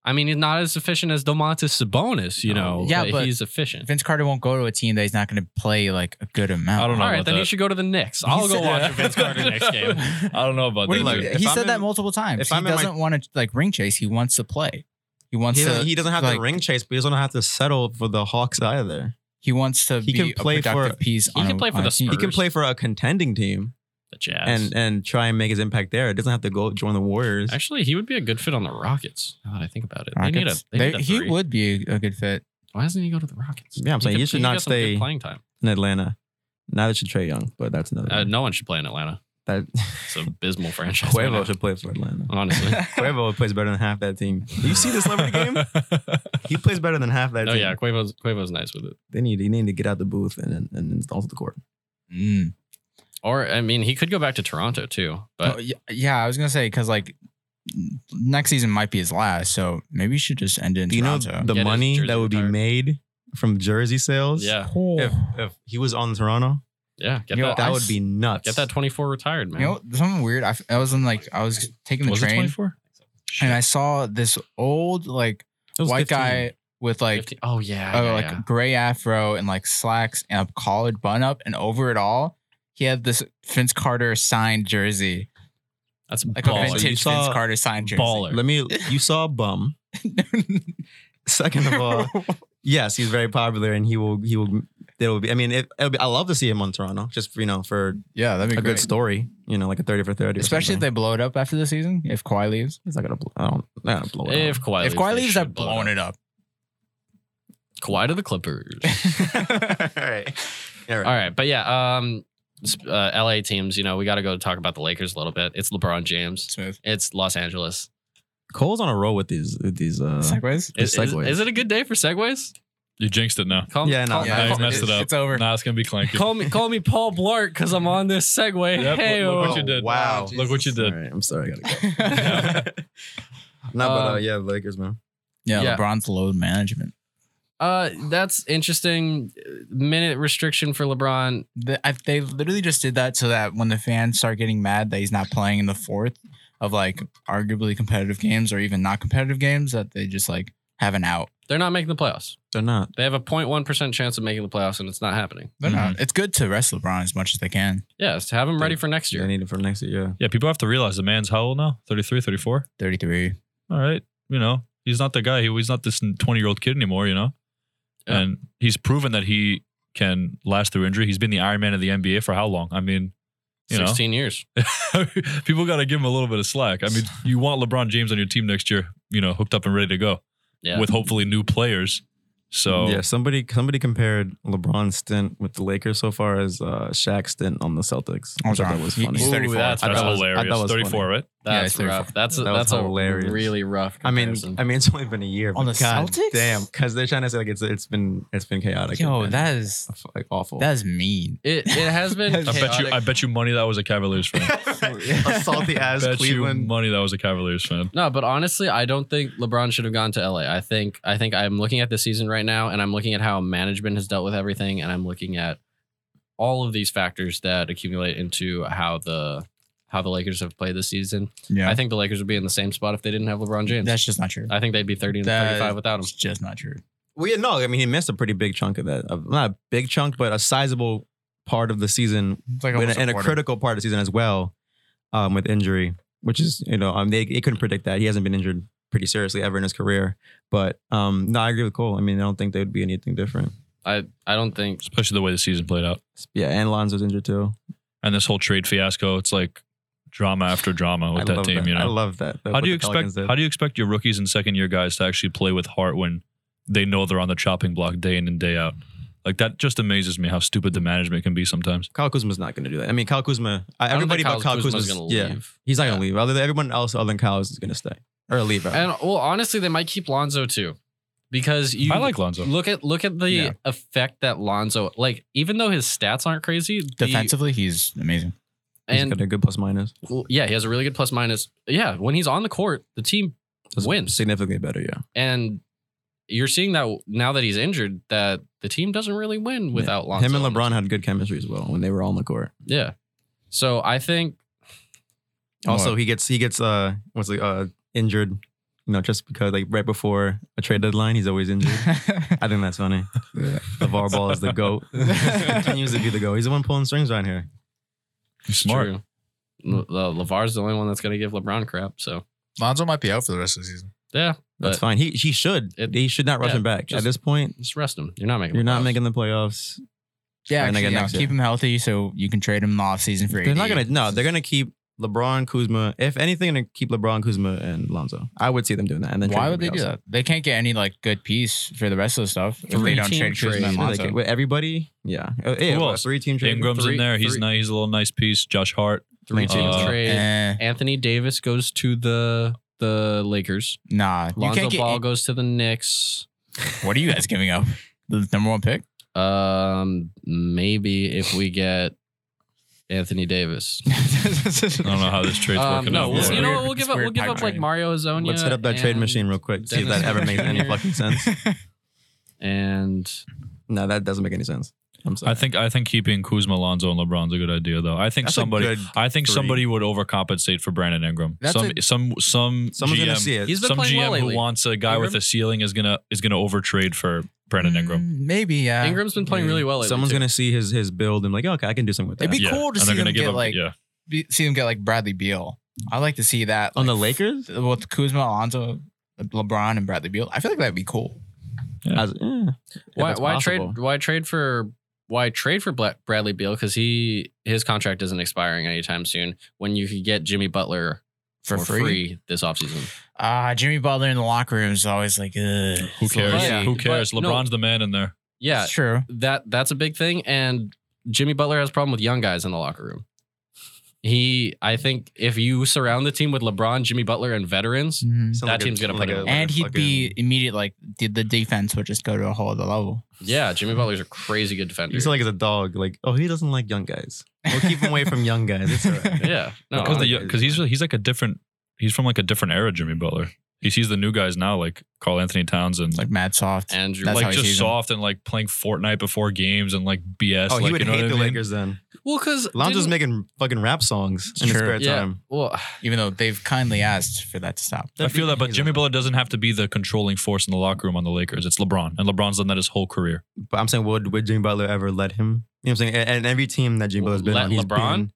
Speaker 2: I mean, he's not as efficient as Domantas Sabonis, you know.
Speaker 3: Yeah,
Speaker 2: but,
Speaker 3: but-
Speaker 2: he's efficient.
Speaker 3: Vince Carter won't go to a team that he's not gonna play like a good amount.
Speaker 4: I don't know.
Speaker 2: All right,
Speaker 4: about
Speaker 2: then
Speaker 4: that.
Speaker 2: you should go to the Knicks. I'll go watch a Vince Carter next game.
Speaker 4: I don't know about
Speaker 3: What
Speaker 4: that.
Speaker 3: do you-
Speaker 1: Look,
Speaker 4: dude.
Speaker 1: if
Speaker 3: he
Speaker 1: I'm
Speaker 3: said that
Speaker 1: in-
Speaker 3: multiple times.
Speaker 1: if
Speaker 3: He
Speaker 1: I'm in my-
Speaker 3: doesn't want to like ring chase. He wants to play. He wants
Speaker 1: He,
Speaker 3: to.
Speaker 1: he doesn't have
Speaker 3: like-
Speaker 1: the ring chase, but he doesn't have to settle for the Hawks either.
Speaker 3: He wants to
Speaker 1: He
Speaker 3: be
Speaker 1: can play
Speaker 3: a
Speaker 1: for-
Speaker 3: productive piece.
Speaker 2: He
Speaker 3: on
Speaker 2: can
Speaker 3: a-
Speaker 2: play for
Speaker 3: on
Speaker 2: the
Speaker 3: a team.
Speaker 1: He can
Speaker 2: Spurs.
Speaker 1: play for a contending team
Speaker 2: The Jazz.
Speaker 1: and and try and make his impact there. It doesn't have to go join the Warriors.
Speaker 2: Actually, he would be a good fit on the Rockets. Now that I think about it, they need a.
Speaker 3: Rockets.
Speaker 2: They,
Speaker 3: They-
Speaker 2: need a
Speaker 3: he
Speaker 2: three.
Speaker 3: would be a, a good fit.
Speaker 2: Why doesn't he go to the Rockets?
Speaker 1: Yeah, I'm saying
Speaker 2: could-
Speaker 1: you should
Speaker 2: could
Speaker 1: not
Speaker 2: get some good
Speaker 1: stay-
Speaker 2: playing time.
Speaker 1: in Atlanta. Neither should Trey Young, but that's another.
Speaker 2: Uh,
Speaker 1: one.
Speaker 2: no one should play in Atlanta.
Speaker 1: That
Speaker 2: It's an abysmal franchise. Oh. right
Speaker 1: Cuevo
Speaker 2: now,
Speaker 1: should play for Atlanta.
Speaker 2: honestly.
Speaker 1: Cuevo plays better than half that team. You see this celebrity game? He plays better than half that
Speaker 2: oh
Speaker 1: team.
Speaker 2: yeah, Quavo's Quavo's nice with it.
Speaker 1: They need, they need to get out the booth and, and, and install to the court.
Speaker 3: Mm.
Speaker 2: Or I mean, he could go back to Toronto too.
Speaker 3: Oh,
Speaker 2: But
Speaker 3: yeah, yeah, I was gonna say because like next season might be his last, so maybe you should just end it in
Speaker 1: Do you know
Speaker 3: Toronto.
Speaker 1: the
Speaker 2: Get his
Speaker 1: money
Speaker 2: jersey
Speaker 1: that would be
Speaker 2: retired.
Speaker 1: made from jersey sales?
Speaker 2: yeah,
Speaker 1: If, if he was on Toronto,
Speaker 2: yeah, get
Speaker 3: Yo,
Speaker 2: that.
Speaker 1: that
Speaker 3: I
Speaker 1: would
Speaker 3: s-
Speaker 1: be nuts.
Speaker 2: Get that 24 retired, man.
Speaker 3: you know something weird? I, f- I was in like I was taking the
Speaker 4: Was it
Speaker 3: train
Speaker 4: 24?
Speaker 3: and I saw this old like
Speaker 1: It was
Speaker 3: white
Speaker 1: 15.
Speaker 3: guy with like
Speaker 2: 15 oh yeah,
Speaker 3: a
Speaker 2: yeah,
Speaker 3: like
Speaker 2: yeah.
Speaker 3: gray afro and like slacks and a collared bun up, and over it all, he had this Vince Carter signed jersey,
Speaker 2: that's
Speaker 3: like
Speaker 2: baller.
Speaker 3: a
Speaker 1: So you
Speaker 3: vintage
Speaker 1: saw
Speaker 3: Vince Carter signed jersey.
Speaker 2: baller.
Speaker 1: Let me. You saw a bum. Second of all, yes, he's very popular, and he will. He will. There will be. I mean, it, it'll be. I love to see him on Toronto, just for, you know, for
Speaker 3: yeah, that'd be
Speaker 1: a
Speaker 3: great.
Speaker 1: good story. You know, like a thirty for thirty. or
Speaker 3: Especially if
Speaker 1: something.
Speaker 3: they blow it up after the season, if Kawhi leaves.
Speaker 1: He's not gonna. Blow, I don't. I don't blow it. off.
Speaker 2: if Kawhi
Speaker 3: if Kawhi leaves, I've blown it up.
Speaker 2: Kawhi to the Clippers.
Speaker 1: all right. All right.
Speaker 2: All right, but yeah, um, sp- uh, LA teams. You know, we got to go talk about the Lakers a little bit. It's LeBron James.
Speaker 3: Smooth.
Speaker 2: It's Los Angeles.
Speaker 1: Cole's on a roll with these. With these. Uh,
Speaker 3: Segues?
Speaker 1: The
Speaker 2: Is, is-
Speaker 1: segues.
Speaker 2: is it a good day for segues?
Speaker 4: You jinxed it now.
Speaker 2: Call,
Speaker 1: Yeah, no,
Speaker 2: call,
Speaker 1: Yeah,
Speaker 4: I
Speaker 2: call-
Speaker 4: messed it up.
Speaker 3: It's over.
Speaker 4: Nah, it's gonna be clanky.
Speaker 2: call me, call me Paul Blart because I'm on this segue.
Speaker 4: Yep,
Speaker 2: hey,
Speaker 4: look, what you did.
Speaker 1: Wow.
Speaker 4: Look what you
Speaker 1: all
Speaker 4: did.
Speaker 1: right. I'm sorry. I gotta
Speaker 3: yeah,
Speaker 1: go. No, but uh,
Speaker 2: Um,
Speaker 1: yeah, Lakers man.
Speaker 2: Yeah.
Speaker 3: LeBron's load management.
Speaker 2: uh, that's interesting. Minute restriction for LeBron.
Speaker 3: The, I, they literally just did that so that when the fans start getting mad that he's not playing in the fourth of like arguably competitive games or even not competitive games, that they just like have an out.
Speaker 2: They're not making the playoffs.
Speaker 1: They're not.
Speaker 2: They have a 0.1 percent chance of making the playoffs, and it's not happening.
Speaker 3: They're not. It's good to rest LeBron as much as they can.
Speaker 2: Yes, have them ready for next
Speaker 1: They
Speaker 2: year.
Speaker 1: need it for next year.
Speaker 4: Yeah, people have to realize the man's how old now? 33, 34?
Speaker 3: 33.
Speaker 4: All right. You know, he's not the guy. He, he's not this 20 year old kid anymore, you know?
Speaker 2: Yeah.
Speaker 4: And he's proven that he can last through injury. He's been the Iron Man of the NBA for how long? I mean, you know,
Speaker 2: 16 years.
Speaker 4: people got to give him a little bit of slack. I mean, you want LeBron James on your team next year, you know, hooked up and ready to go
Speaker 2: Yeah.
Speaker 4: with hopefully new players. So,
Speaker 1: yeah, somebody somebody compared LeBron's stint with the Lakers so far as uh, Shaq's stint on the Celtics.
Speaker 3: I
Speaker 1: I
Speaker 3: was
Speaker 1: thought
Speaker 3: wrong.
Speaker 1: that was
Speaker 3: He-
Speaker 1: funny.
Speaker 3: he's
Speaker 2: Ooh,
Speaker 3: 34.
Speaker 2: that's-
Speaker 4: that's
Speaker 1: I thought it was- I
Speaker 4: hilarious.
Speaker 1: thought it was
Speaker 4: 34, right?
Speaker 3: Yeah,
Speaker 2: that's
Speaker 3: it's 34.
Speaker 2: rough. That's a,
Speaker 1: That was
Speaker 2: that's a
Speaker 1: hilarious.
Speaker 2: really rough.
Speaker 1: I mean,
Speaker 2: Comparison.
Speaker 1: I mean, it's only been a year.
Speaker 3: On
Speaker 1: but
Speaker 3: the
Speaker 1: God
Speaker 3: Celtics?
Speaker 1: damn, because they're trying to say like it's it's been it's been chaotic.
Speaker 3: Yo,
Speaker 1: and-
Speaker 3: that is
Speaker 1: and, like awful.
Speaker 3: that is mean.
Speaker 2: it, it has been.
Speaker 3: I
Speaker 4: I bet you.
Speaker 2: chaotic.
Speaker 4: I bet you money that was a Cavaliers fan.
Speaker 1: a salty ass
Speaker 4: bet you
Speaker 1: Cleveland.
Speaker 4: money that was a Cavaliers fan.
Speaker 2: No, but honestly, I don't think LeBron should have gone to LA. I think I think I'm looking at the season right now and I'm looking at how management has dealt with everything and I'm looking at all of these factors that accumulate into how the how the Lakers have played this season.
Speaker 3: Yeah.
Speaker 2: I think the Lakers would be in the same spot if they didn't have LeBron James.
Speaker 3: that's just not true.
Speaker 2: I think they'd be 30 and
Speaker 3: That-
Speaker 2: 35 without him.
Speaker 3: It's just not true.
Speaker 1: Well, yeah, no, I mean he missed a pretty big chunk of that. Of- Not a big chunk, but a sizable part of the season
Speaker 3: It's like
Speaker 1: and
Speaker 3: almost
Speaker 1: a, and a
Speaker 3: quarter.
Speaker 1: critical part of the season as well um, with injury, which is you know um, they, they couldn't predict that he hasn't been injured pretty seriously ever in his career. But um, no, I agree with Cole. I mean, I don't think there would be anything different.
Speaker 2: I, I don't think
Speaker 4: especially the way the season played out
Speaker 1: Yeah, and Lonzo's injured too.
Speaker 4: and this whole trade fiasco. It's like drama after drama with
Speaker 1: I
Speaker 4: that
Speaker 1: love
Speaker 4: team.
Speaker 1: that.
Speaker 4: You know,
Speaker 1: I love that. That's
Speaker 4: how
Speaker 1: what
Speaker 4: do you
Speaker 1: the Pelicans
Speaker 4: expect
Speaker 1: did.
Speaker 4: how do you expect your rookies and second year guys to actually play with heart when they know they're on the chopping block day in and day out? Like that just amazes me how stupid the management can be sometimes.
Speaker 1: Kyle Kuzma's not going to do that. I mean, Kyle Kuzma. I,
Speaker 2: I don't
Speaker 1: everybody
Speaker 2: think
Speaker 1: but Kyle Kuzma's,
Speaker 2: gonna
Speaker 1: yeah,
Speaker 2: leave.
Speaker 1: he's not going
Speaker 2: Yeah.
Speaker 1: to leave. Other than everyone else, other than Kyle is going to stay or leave. rather.
Speaker 2: And well, honestly, they might keep Lonzo too, because you
Speaker 4: I like Lonzo.
Speaker 2: look at look at the
Speaker 1: Yeah.
Speaker 2: effect that Lonzo like. Even though his stats aren't crazy, the-
Speaker 3: Defensively, he's amazing.
Speaker 1: He's
Speaker 2: and
Speaker 1: got a good plus minus.
Speaker 2: well, yeah, he has a really good plus minus. Yeah, when he's on the court, the team
Speaker 1: That's
Speaker 2: wins.
Speaker 1: significantly better. Yeah,
Speaker 2: and you're seeing that now that he's injured, that the team doesn't really win without Lonzo.
Speaker 1: him and LeBron had good chemistry as well when they were all on the court.
Speaker 2: Yeah. So I think
Speaker 1: Also,
Speaker 3: What?
Speaker 1: he gets he gets uh what's it, uh injured, you know, just because like right before a trade deadline, he's always injured. I think that's funny. LeVar Ball is the goat. Continues to be the goat. He's the one pulling strings around here.
Speaker 4: Smart.
Speaker 2: True. Le- Le- Lavar's the only one that's going to give LeBron crap. So
Speaker 5: Lonzo might be out for the rest of the season.
Speaker 2: yeah,
Speaker 1: That's
Speaker 2: But-
Speaker 1: fine. He he should.
Speaker 2: It-
Speaker 1: he should not rush
Speaker 2: yeah,
Speaker 1: him back. At
Speaker 2: just-
Speaker 1: this point,
Speaker 2: just rest him. You're not making.
Speaker 1: you're not
Speaker 2: playoffs.
Speaker 1: making the playoffs.
Speaker 3: yeah,
Speaker 1: And
Speaker 3: actually,
Speaker 1: again
Speaker 3: yeah,
Speaker 1: next year.
Speaker 3: keep him healthy so you can trade him in the offseason for
Speaker 1: They're
Speaker 3: AD.
Speaker 1: not gonna. No, they're gonna keep LeBron, Kuzma. If anything, they're gonna keep LeBron, Kuzma, and Lonzo. I would see them doing that. And then
Speaker 3: Why would they do that? They can't get any like good piece for the rest of the stuff if they
Speaker 2: Three
Speaker 3: don't
Speaker 2: team
Speaker 3: trade Kuzma
Speaker 2: trade.
Speaker 3: and
Speaker 1: Like,
Speaker 3: Lonzo.
Speaker 1: with everybody, yeah. Uh, yeah,
Speaker 4: Who
Speaker 1: a
Speaker 4: else?
Speaker 1: Three team trade.
Speaker 4: Ingram's
Speaker 2: Three-
Speaker 4: in there. He's
Speaker 2: three-
Speaker 4: nice. He's a little nice piece. Josh Hart.
Speaker 2: three team
Speaker 4: Uh,
Speaker 2: trade.
Speaker 3: Eh,
Speaker 2: Anthony Davis goes to the the Lakers.
Speaker 3: nah, you
Speaker 2: Lonzo
Speaker 3: can't get.
Speaker 2: Ball goes to the Knicks.
Speaker 3: What are you guys giving up? The number one pick?
Speaker 2: Um, maybe if we get Anthony Davis.
Speaker 3: I
Speaker 4: I don't know how this trade's
Speaker 2: Um,
Speaker 4: working
Speaker 2: no,
Speaker 4: out.
Speaker 2: we'll,
Speaker 4: but
Speaker 2: you know
Speaker 3: weird-
Speaker 2: what? We'll
Speaker 3: it's
Speaker 2: give up.
Speaker 3: weird
Speaker 2: We'll give up like
Speaker 3: pipeline.
Speaker 2: Mario Azonia.
Speaker 1: Let's hit up that trade
Speaker 2: and-
Speaker 1: machine real quick. See if
Speaker 2: Dennis
Speaker 1: that ever makes any
Speaker 2: Jr..
Speaker 1: fucking sense.
Speaker 2: And
Speaker 1: No, that doesn't make any sense. I'm sorry.
Speaker 4: I think I think keeping Kuzma, Lonzo, and LeBron's a good idea, though. I think
Speaker 1: That's a
Speaker 4: somebody.
Speaker 1: good
Speaker 4: I think
Speaker 1: three.
Speaker 4: somebody would overcompensate for Brandon Ingram.
Speaker 3: That's
Speaker 4: some some some
Speaker 1: someone's
Speaker 4: GM,
Speaker 1: gonna see it.
Speaker 2: he's been
Speaker 4: some
Speaker 2: playing
Speaker 4: GM
Speaker 2: well lately.
Speaker 4: who wants a guy with
Speaker 2: Ingram?
Speaker 4: a ceiling is gonna is gonna overtrade for Brandon Ingram.
Speaker 3: Mm, Maybe, yeah.
Speaker 2: Ingram's been playing
Speaker 3: Maybe.
Speaker 2: really well lately.
Speaker 1: Someone's
Speaker 2: too.
Speaker 1: gonna see his his build and like, okay, I can do something with
Speaker 3: It'd
Speaker 1: that.
Speaker 3: be cool to
Speaker 4: and
Speaker 3: see
Speaker 4: they're
Speaker 3: them
Speaker 4: gonna give
Speaker 3: get
Speaker 4: him,
Speaker 3: like
Speaker 4: yeah.
Speaker 3: be, see them get like Bradley Beal. I like to see that
Speaker 1: on the
Speaker 3: like,
Speaker 1: Lakers.
Speaker 3: f- with Kuzma, Alonzo, LeBron, and Bradley Beal. I feel like that'd be cool.
Speaker 4: Yeah.
Speaker 1: As- eh, if
Speaker 2: Why,
Speaker 1: it's
Speaker 2: why
Speaker 1: possible.
Speaker 2: trade? Why trade for? Why trade for Bla- Bradley Beal? Because he his contract isn't expiring anytime soon. When you could get Jimmy Butler
Speaker 3: For free?
Speaker 2: this offseason.
Speaker 3: Ah, Jimmy Butler in the locker room is always like, Ugh.
Speaker 4: Who cares?
Speaker 2: But- yeah.
Speaker 4: Who cares?
Speaker 2: but no.
Speaker 4: LeBron's the man in there.
Speaker 2: Yeah,
Speaker 3: It's true.
Speaker 2: that that's a big thing. And Jimmy Butler has a problem with young guys in the locker room. He, I think, if you surround the team with LeBron, Jimmy Butler, and veterans,
Speaker 1: Sound
Speaker 2: that
Speaker 1: a-
Speaker 2: team's gonna
Speaker 1: sound
Speaker 2: put it up.
Speaker 1: a
Speaker 3: Mm-hmm. And he'd be
Speaker 1: fucking-
Speaker 3: immediate. Like the, the defense would just go to a whole other level.
Speaker 2: yeah, Jimmy Butler's a crazy good defender.
Speaker 1: You sound like it's a dog. Like, oh, he doesn't like young guys. We'll keep him away from young guys. It's all right.
Speaker 2: Oh, yeah, no,
Speaker 4: Because
Speaker 1: I
Speaker 4: the
Speaker 1: like
Speaker 4: because
Speaker 1: it.
Speaker 4: he's he's like a different he's from like a different era, Jimmy Butler. He sees the new guys now, like Carl Anthony Towns and like,
Speaker 3: Like Mad Soft.
Speaker 2: Andrew.
Speaker 3: That's
Speaker 2: like,
Speaker 3: how he
Speaker 4: just
Speaker 3: sees him.
Speaker 4: soft and like playing Fortnite before games and like BS.
Speaker 1: Oh,
Speaker 4: like,
Speaker 1: he would
Speaker 4: you know
Speaker 1: hate the
Speaker 4: what I mean?
Speaker 1: Lakers then.
Speaker 2: well, because
Speaker 1: Lonzo's making fucking rap songs in
Speaker 3: Sure.
Speaker 1: his spare
Speaker 2: Yeah.
Speaker 1: time.
Speaker 2: well,
Speaker 3: even though they've kindly asked for that to stop.
Speaker 4: I feel that, but Jimmy Butler doesn't have to be the controlling force in the locker room on the Lakers. It's LeBron, and LeBron's done that his whole career.
Speaker 1: But I'm saying, would, would Jimmy Butler ever let him? You know what I'm saying? And, and every team that Jimmy Butler's been
Speaker 2: Let
Speaker 1: on, he's
Speaker 2: LeBron?
Speaker 1: been-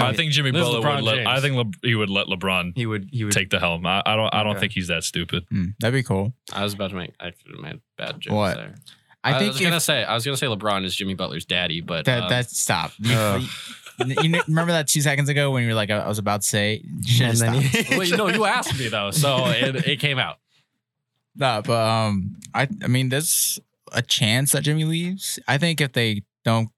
Speaker 4: I think Jimmy
Speaker 2: this is
Speaker 4: Butler
Speaker 2: LeBron
Speaker 4: would let.
Speaker 2: James.
Speaker 4: I think Le- he would let LeBron
Speaker 1: he would. He would.
Speaker 4: take the helm. I, I don't. I don't
Speaker 1: Okay.
Speaker 4: think he's that stupid.
Speaker 3: Hmm, that'd be cool.
Speaker 2: I was about to make I could have made bad jokes
Speaker 3: What?
Speaker 2: there.
Speaker 3: I, think
Speaker 2: was gonna
Speaker 3: if-
Speaker 2: say I was gonna say LeBron is Jimmy Butler's daddy, but
Speaker 3: that
Speaker 2: um,
Speaker 3: that stop. You,
Speaker 1: Uh.
Speaker 3: you kn- remember that two seconds ago when you were like, I, I was about to say, shit,
Speaker 1: and then
Speaker 3: stop.
Speaker 1: he-
Speaker 2: wait, no, you asked me though, so it, it came out.
Speaker 3: No, but um, I I mean, there's a chance that Jimmy leaves. I think if they don't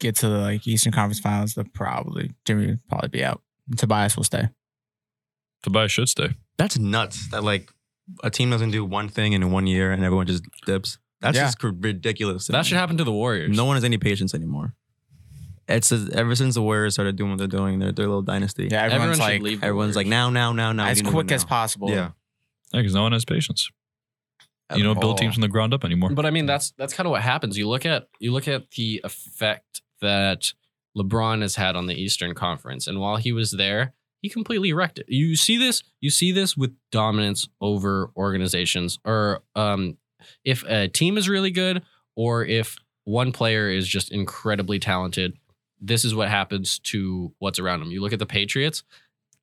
Speaker 3: get to the like Eastern Conference Finals, they'll probably Jimmy would probably be out. Tobias will stay.
Speaker 4: Tobias should stay.
Speaker 1: That's nuts. That like a team doesn't do one thing in one year and everyone just dips. That's
Speaker 3: Yeah.
Speaker 1: just cr- ridiculous.
Speaker 2: That should happen to the Warriors.
Speaker 1: No one has any patience anymore. It's just, ever since the Warriors started doing what they're doing, their their little dynasty.
Speaker 3: Yeah,
Speaker 2: everyone
Speaker 3: everyone's
Speaker 2: should
Speaker 3: like
Speaker 2: leave. the
Speaker 1: Everyone's like
Speaker 2: Warriors.
Speaker 1: now, now, now, now.
Speaker 3: as
Speaker 1: we need to
Speaker 3: quick
Speaker 1: win
Speaker 3: as
Speaker 1: now.
Speaker 3: possible.
Speaker 1: Yeah.
Speaker 4: Yeah, because no one has patience.
Speaker 3: at
Speaker 4: you don't
Speaker 3: all.
Speaker 4: build teams from the ground up anymore.
Speaker 2: But I mean, that's that's kind of what happens. You look at you look at the effect that LeBron has had on the Eastern Conference, and while he was there, he completely wrecked it. You see this, you see this with dominance over organizations, or um, if a team is really good, or if one player is just incredibly talented. This is what happens to what's around him. You look at the Patriots.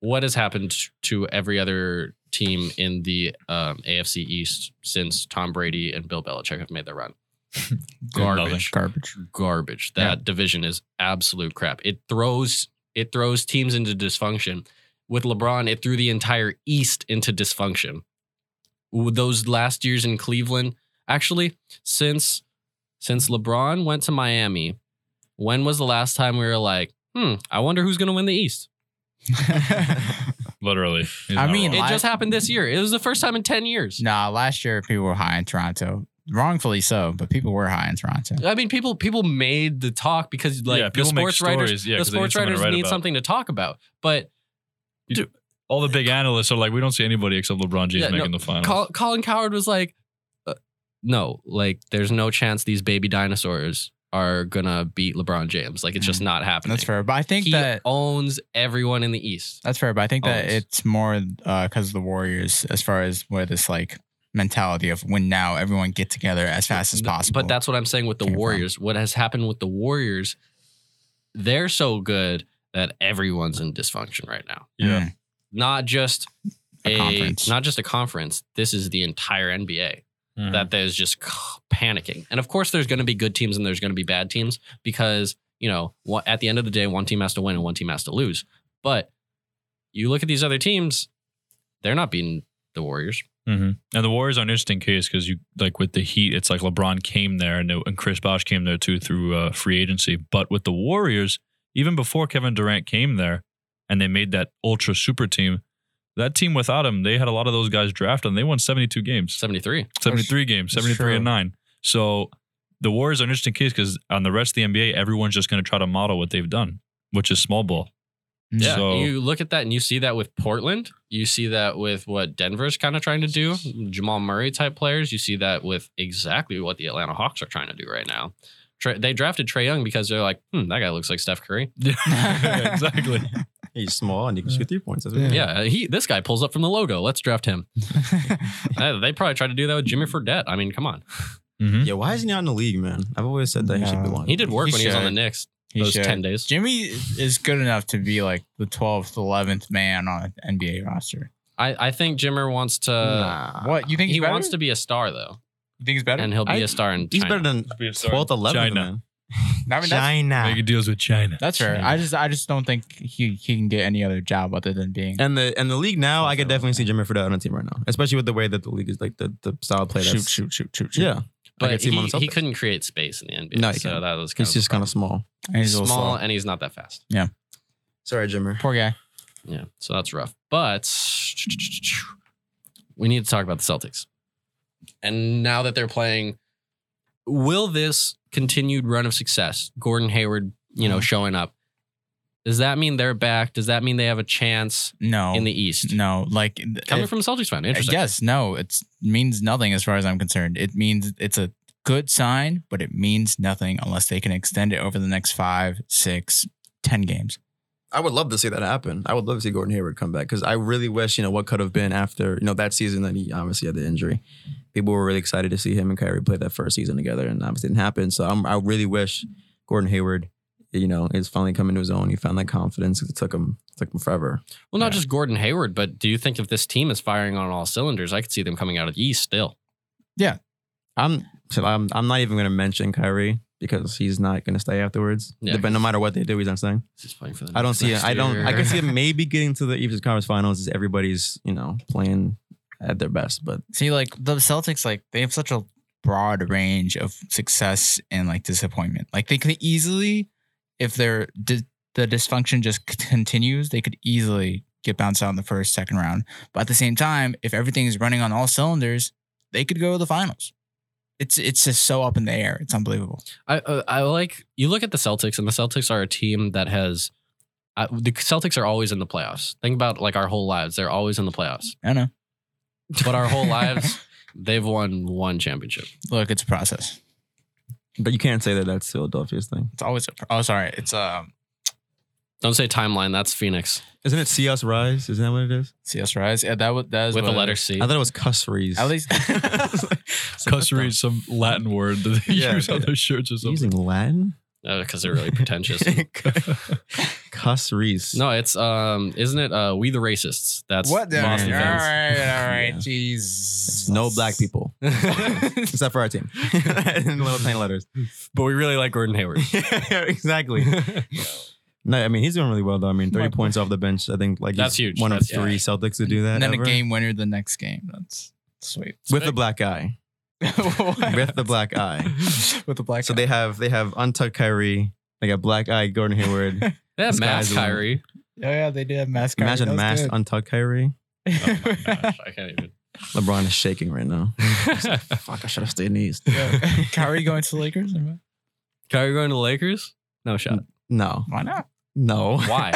Speaker 2: What has happened to every other team in the um, AFC East since Tom Brady and Bill Belichick have made their run? Garbage
Speaker 3: Garbage.
Speaker 2: garbage. That division is absolute crap. It throws it throws teams into dysfunction. With LeBron, it threw the entire East into dysfunction. With Those last years in Cleveland, actually, since since LeBron went to Miami, when was the last time we were like, hmm, I wonder who's going to win the East?
Speaker 4: Literally. He's
Speaker 3: I
Speaker 4: not
Speaker 3: mean,
Speaker 4: wrong.
Speaker 2: It
Speaker 3: Last-
Speaker 2: just happened this year. It was the first time in ten years.
Speaker 3: nah, last year people were high in Toronto. Wrongfully so, but people were high in Toronto.
Speaker 2: I mean, people people made the talk because like
Speaker 4: yeah,
Speaker 2: the
Speaker 4: people make
Speaker 2: sports writers,
Speaker 4: stories, yeah,
Speaker 2: the
Speaker 4: 'cause they
Speaker 2: sports
Speaker 4: something to
Speaker 2: writers
Speaker 4: write
Speaker 2: need
Speaker 4: about.
Speaker 2: something to talk about. But
Speaker 4: All the big analysts are like, we don't see anybody except LeBron James
Speaker 2: Yeah, no,
Speaker 4: making the finals.
Speaker 2: Col- Colin Coward was like, uh, no, like there's no chance these baby dinosaurs are gonna beat LeBron James. Like it's just not happening.
Speaker 3: Mm-hmm. That's fair, but I think
Speaker 2: He
Speaker 3: that
Speaker 2: owns everyone in the East.
Speaker 3: that's fair, but I think that
Speaker 2: Owns.
Speaker 3: it's more because of the Warriors as far as where this like mentality of win now, everyone get together as fast as
Speaker 2: Th-
Speaker 3: possible.
Speaker 2: But that's what I'm saying with the
Speaker 3: Came from.
Speaker 2: Warriors. What has happened with the Warriors? They're so good that everyone's in dysfunction right now.
Speaker 4: yeah.
Speaker 3: Mm.
Speaker 2: Not just
Speaker 3: A
Speaker 2: a,
Speaker 3: conference.
Speaker 2: not just a conference. This is the entire NBA.
Speaker 4: Mhm.
Speaker 2: that there's just panicking. And of course, there's going to be good teams and there's going to be bad teams because, you know, wha- at the end of the day, one team has to win and one team has to lose. But you look at these other teams, they're not beating the Warriors.
Speaker 4: hmm And the Warriors are an interesting case because you like with the Heat, it's like LeBron came there and, and Chris Bosh came there too through uh, free agency. But with the Warriors, even before Kevin Durant came there and they made that ultra super team, that team without him, they had a lot of those guys drafted and they won 72 games,
Speaker 2: 73.
Speaker 4: 73 games,
Speaker 3: that's
Speaker 4: 73
Speaker 3: true.
Speaker 4: and nine. So the Warriors are an interesting case because on the rest of the NBA, everyone's just going to try to model what they've done, which is small ball.
Speaker 2: Yeah.
Speaker 4: So-
Speaker 2: you look at that and you see that with Portland. You see that with what Denver's kind of trying to do, Jamal Murray type players. You see that with exactly what the Atlanta Hawks are trying to do right now. Tra- they drafted Trey Young because they're like, hmm, that guy looks like Steph Curry.
Speaker 3: Mm.
Speaker 4: Yeah, exactly.
Speaker 1: He's small and he can shoot three points. That's
Speaker 3: Yeah.
Speaker 1: what
Speaker 2: Yeah, he this guy pulls up from the logo. Let's draft him. Uh, they probably tried to do that with Jimmy Fredette. I mean, come on.
Speaker 4: hmm
Speaker 1: Yeah, why isn't he not in the league, man? I've always said that he should be
Speaker 3: No.
Speaker 1: one.
Speaker 2: He did work
Speaker 3: He
Speaker 2: when he was on the
Speaker 3: should.
Speaker 2: Knicks
Speaker 3: He
Speaker 2: those
Speaker 3: should.
Speaker 2: 10 days.
Speaker 3: Jimmy is good enough to be like the 12th, 11th man on an NBA roster.
Speaker 2: I, I think Jimmer wants to.
Speaker 1: Nah.
Speaker 3: What you think?
Speaker 2: He
Speaker 3: he's better?
Speaker 2: wants to be a star, though.
Speaker 3: You think he's better?
Speaker 2: And he'll be
Speaker 1: I-
Speaker 2: a star in
Speaker 1: He's
Speaker 2: China.
Speaker 1: better than 12th, 11th,
Speaker 4: China.
Speaker 1: man.
Speaker 3: I mean, that's,
Speaker 1: China.
Speaker 4: Making deals with China.
Speaker 3: that's fair. I just, I just don't think he, he can get any other job other than being
Speaker 1: And the and the league now, I could definitely see Jimmy Fredette on a team right now, especially with the way that the league is like the, the style play.
Speaker 3: shoot,
Speaker 1: That's,
Speaker 3: shoot, shoot, shoot, shoot.
Speaker 1: Yeah, I
Speaker 2: but
Speaker 1: could see him on
Speaker 2: he,
Speaker 1: the
Speaker 2: he
Speaker 1: Celtics.
Speaker 2: couldn't create space in the NBA.
Speaker 1: No, he
Speaker 2: so
Speaker 1: can't.
Speaker 2: that was kind
Speaker 1: he's
Speaker 2: of
Speaker 1: just kind of small.
Speaker 3: And he's a little
Speaker 2: small
Speaker 3: slow.
Speaker 2: and he's not that fast.
Speaker 1: Sorry, Jimmer.
Speaker 3: Poor guy.
Speaker 2: Yeah. So that's rough. But we need to talk about the Celtics. And now that they're playing, will this continued run of success, Gordon Hayward, you
Speaker 1: Mm-hmm.
Speaker 2: know, showing up, does that mean they're back? Does that mean they have a chance
Speaker 3: No,
Speaker 2: in the East?
Speaker 3: no, like
Speaker 2: Coming
Speaker 3: if-
Speaker 2: from a Celtics fan, interesting.
Speaker 3: Yes, no, it means nothing as far as I'm concerned. It means it's a good sign, but it means nothing unless they can extend it over the next five, six, ten games.
Speaker 1: I would love to see that happen. I would love to see Gordon Hayward come back because I really wish, you know, what could have been after, you know, that season that he obviously had the injury. People were really excited to see him and Kyrie play that first season together, and obviously didn't happen. So I'm, I really wish Gordon Hayward, you know, is finally coming to his own. He found that confidence. It took him took him forever.
Speaker 2: Well, not
Speaker 3: Yeah.
Speaker 2: just Gordon Hayward, but do you think if this team is firing on all cylinders, I could see them coming out of the East still?
Speaker 1: I'm so I'm, I'm not even going to mention Kyrie because he's not going to stay afterwards.
Speaker 2: Yeah.
Speaker 1: But no matter what they do, he's not staying.
Speaker 2: He's playing for the
Speaker 1: I don't
Speaker 2: Knicks
Speaker 1: see it.
Speaker 2: next
Speaker 1: I don't. I
Speaker 2: year.
Speaker 1: can see him maybe getting to the Eastern Conference Finals as everybody's, you know, playing at their best. But
Speaker 3: See, like the Celtics, like they have such a broad range of success and like disappointment. Like they could easily, if their di- the dysfunction just c- continues, they could easily get bounced out in the first, second round. But at the same time, if everything is running on all cylinders, they could go to the finals. It's it's just so up in the air. It's unbelievable.
Speaker 2: I uh, I like you look at the Celtics and the Celtics are a team that has uh, the Celtics are always in the playoffs. Think about like our whole lives; they're always in the playoffs.
Speaker 3: I don't know.
Speaker 2: But our whole lives, they've won one championship.
Speaker 3: Look, it's a process.
Speaker 1: but you can't say that that's Philadelphia's thing.
Speaker 3: It's always a pro- oh sorry. It's um
Speaker 2: Don't say timeline. That's Phoenix
Speaker 1: Isn't it see us rise? Isn't that what it is?
Speaker 3: CS Rise. Yeah, that was that was
Speaker 2: with the
Speaker 3: what-
Speaker 2: letter C.
Speaker 1: I thought it was cuss rees.
Speaker 3: At least
Speaker 4: Cussery is some Latin word that they
Speaker 1: Yeah,
Speaker 4: use on
Speaker 1: yeah.
Speaker 4: their shirts or
Speaker 1: using
Speaker 4: something.
Speaker 1: Latin.
Speaker 2: because Uh, they're really pretentious.
Speaker 1: cuss rees.
Speaker 2: no, it's um, isn't it? Uh, we the racists. That's
Speaker 5: What the-
Speaker 2: Boston
Speaker 3: all
Speaker 2: fans.
Speaker 3: right, all right,
Speaker 1: Yeah.
Speaker 3: jeez.
Speaker 1: No black people. Except for our team. In little tiny letters.
Speaker 2: But we really like Gordon Hayward.
Speaker 1: exactly. No, I mean he's doing really well though. I mean, thirty points off the bench. I think like
Speaker 2: That's
Speaker 1: he's
Speaker 2: huge.
Speaker 1: One
Speaker 2: That's-
Speaker 1: of three
Speaker 2: yeah.
Speaker 1: Celtics to do that.
Speaker 3: And then
Speaker 1: ever.
Speaker 3: a game winner the next game. That's sweet.
Speaker 1: with the black eye. With the black eye.
Speaker 3: With the black.
Speaker 1: So they have they have untucked Kyrie. They got black eye Gordon Hayward.
Speaker 2: That
Speaker 1: This guy's
Speaker 2: mask,
Speaker 1: a-
Speaker 2: Kyrie.
Speaker 3: Oh yeah, they did have mask.
Speaker 1: Imagine Oh masked untucked Kyrie.
Speaker 2: Gosh, I can't even.
Speaker 1: LeBron is shaking right now. Fuck, I should have stayed in the East.
Speaker 3: Kyrie going to the Lakers? or what?
Speaker 2: Kyrie going to the Lakers? No shot.
Speaker 1: No,
Speaker 3: Why not?
Speaker 1: no.
Speaker 2: Why?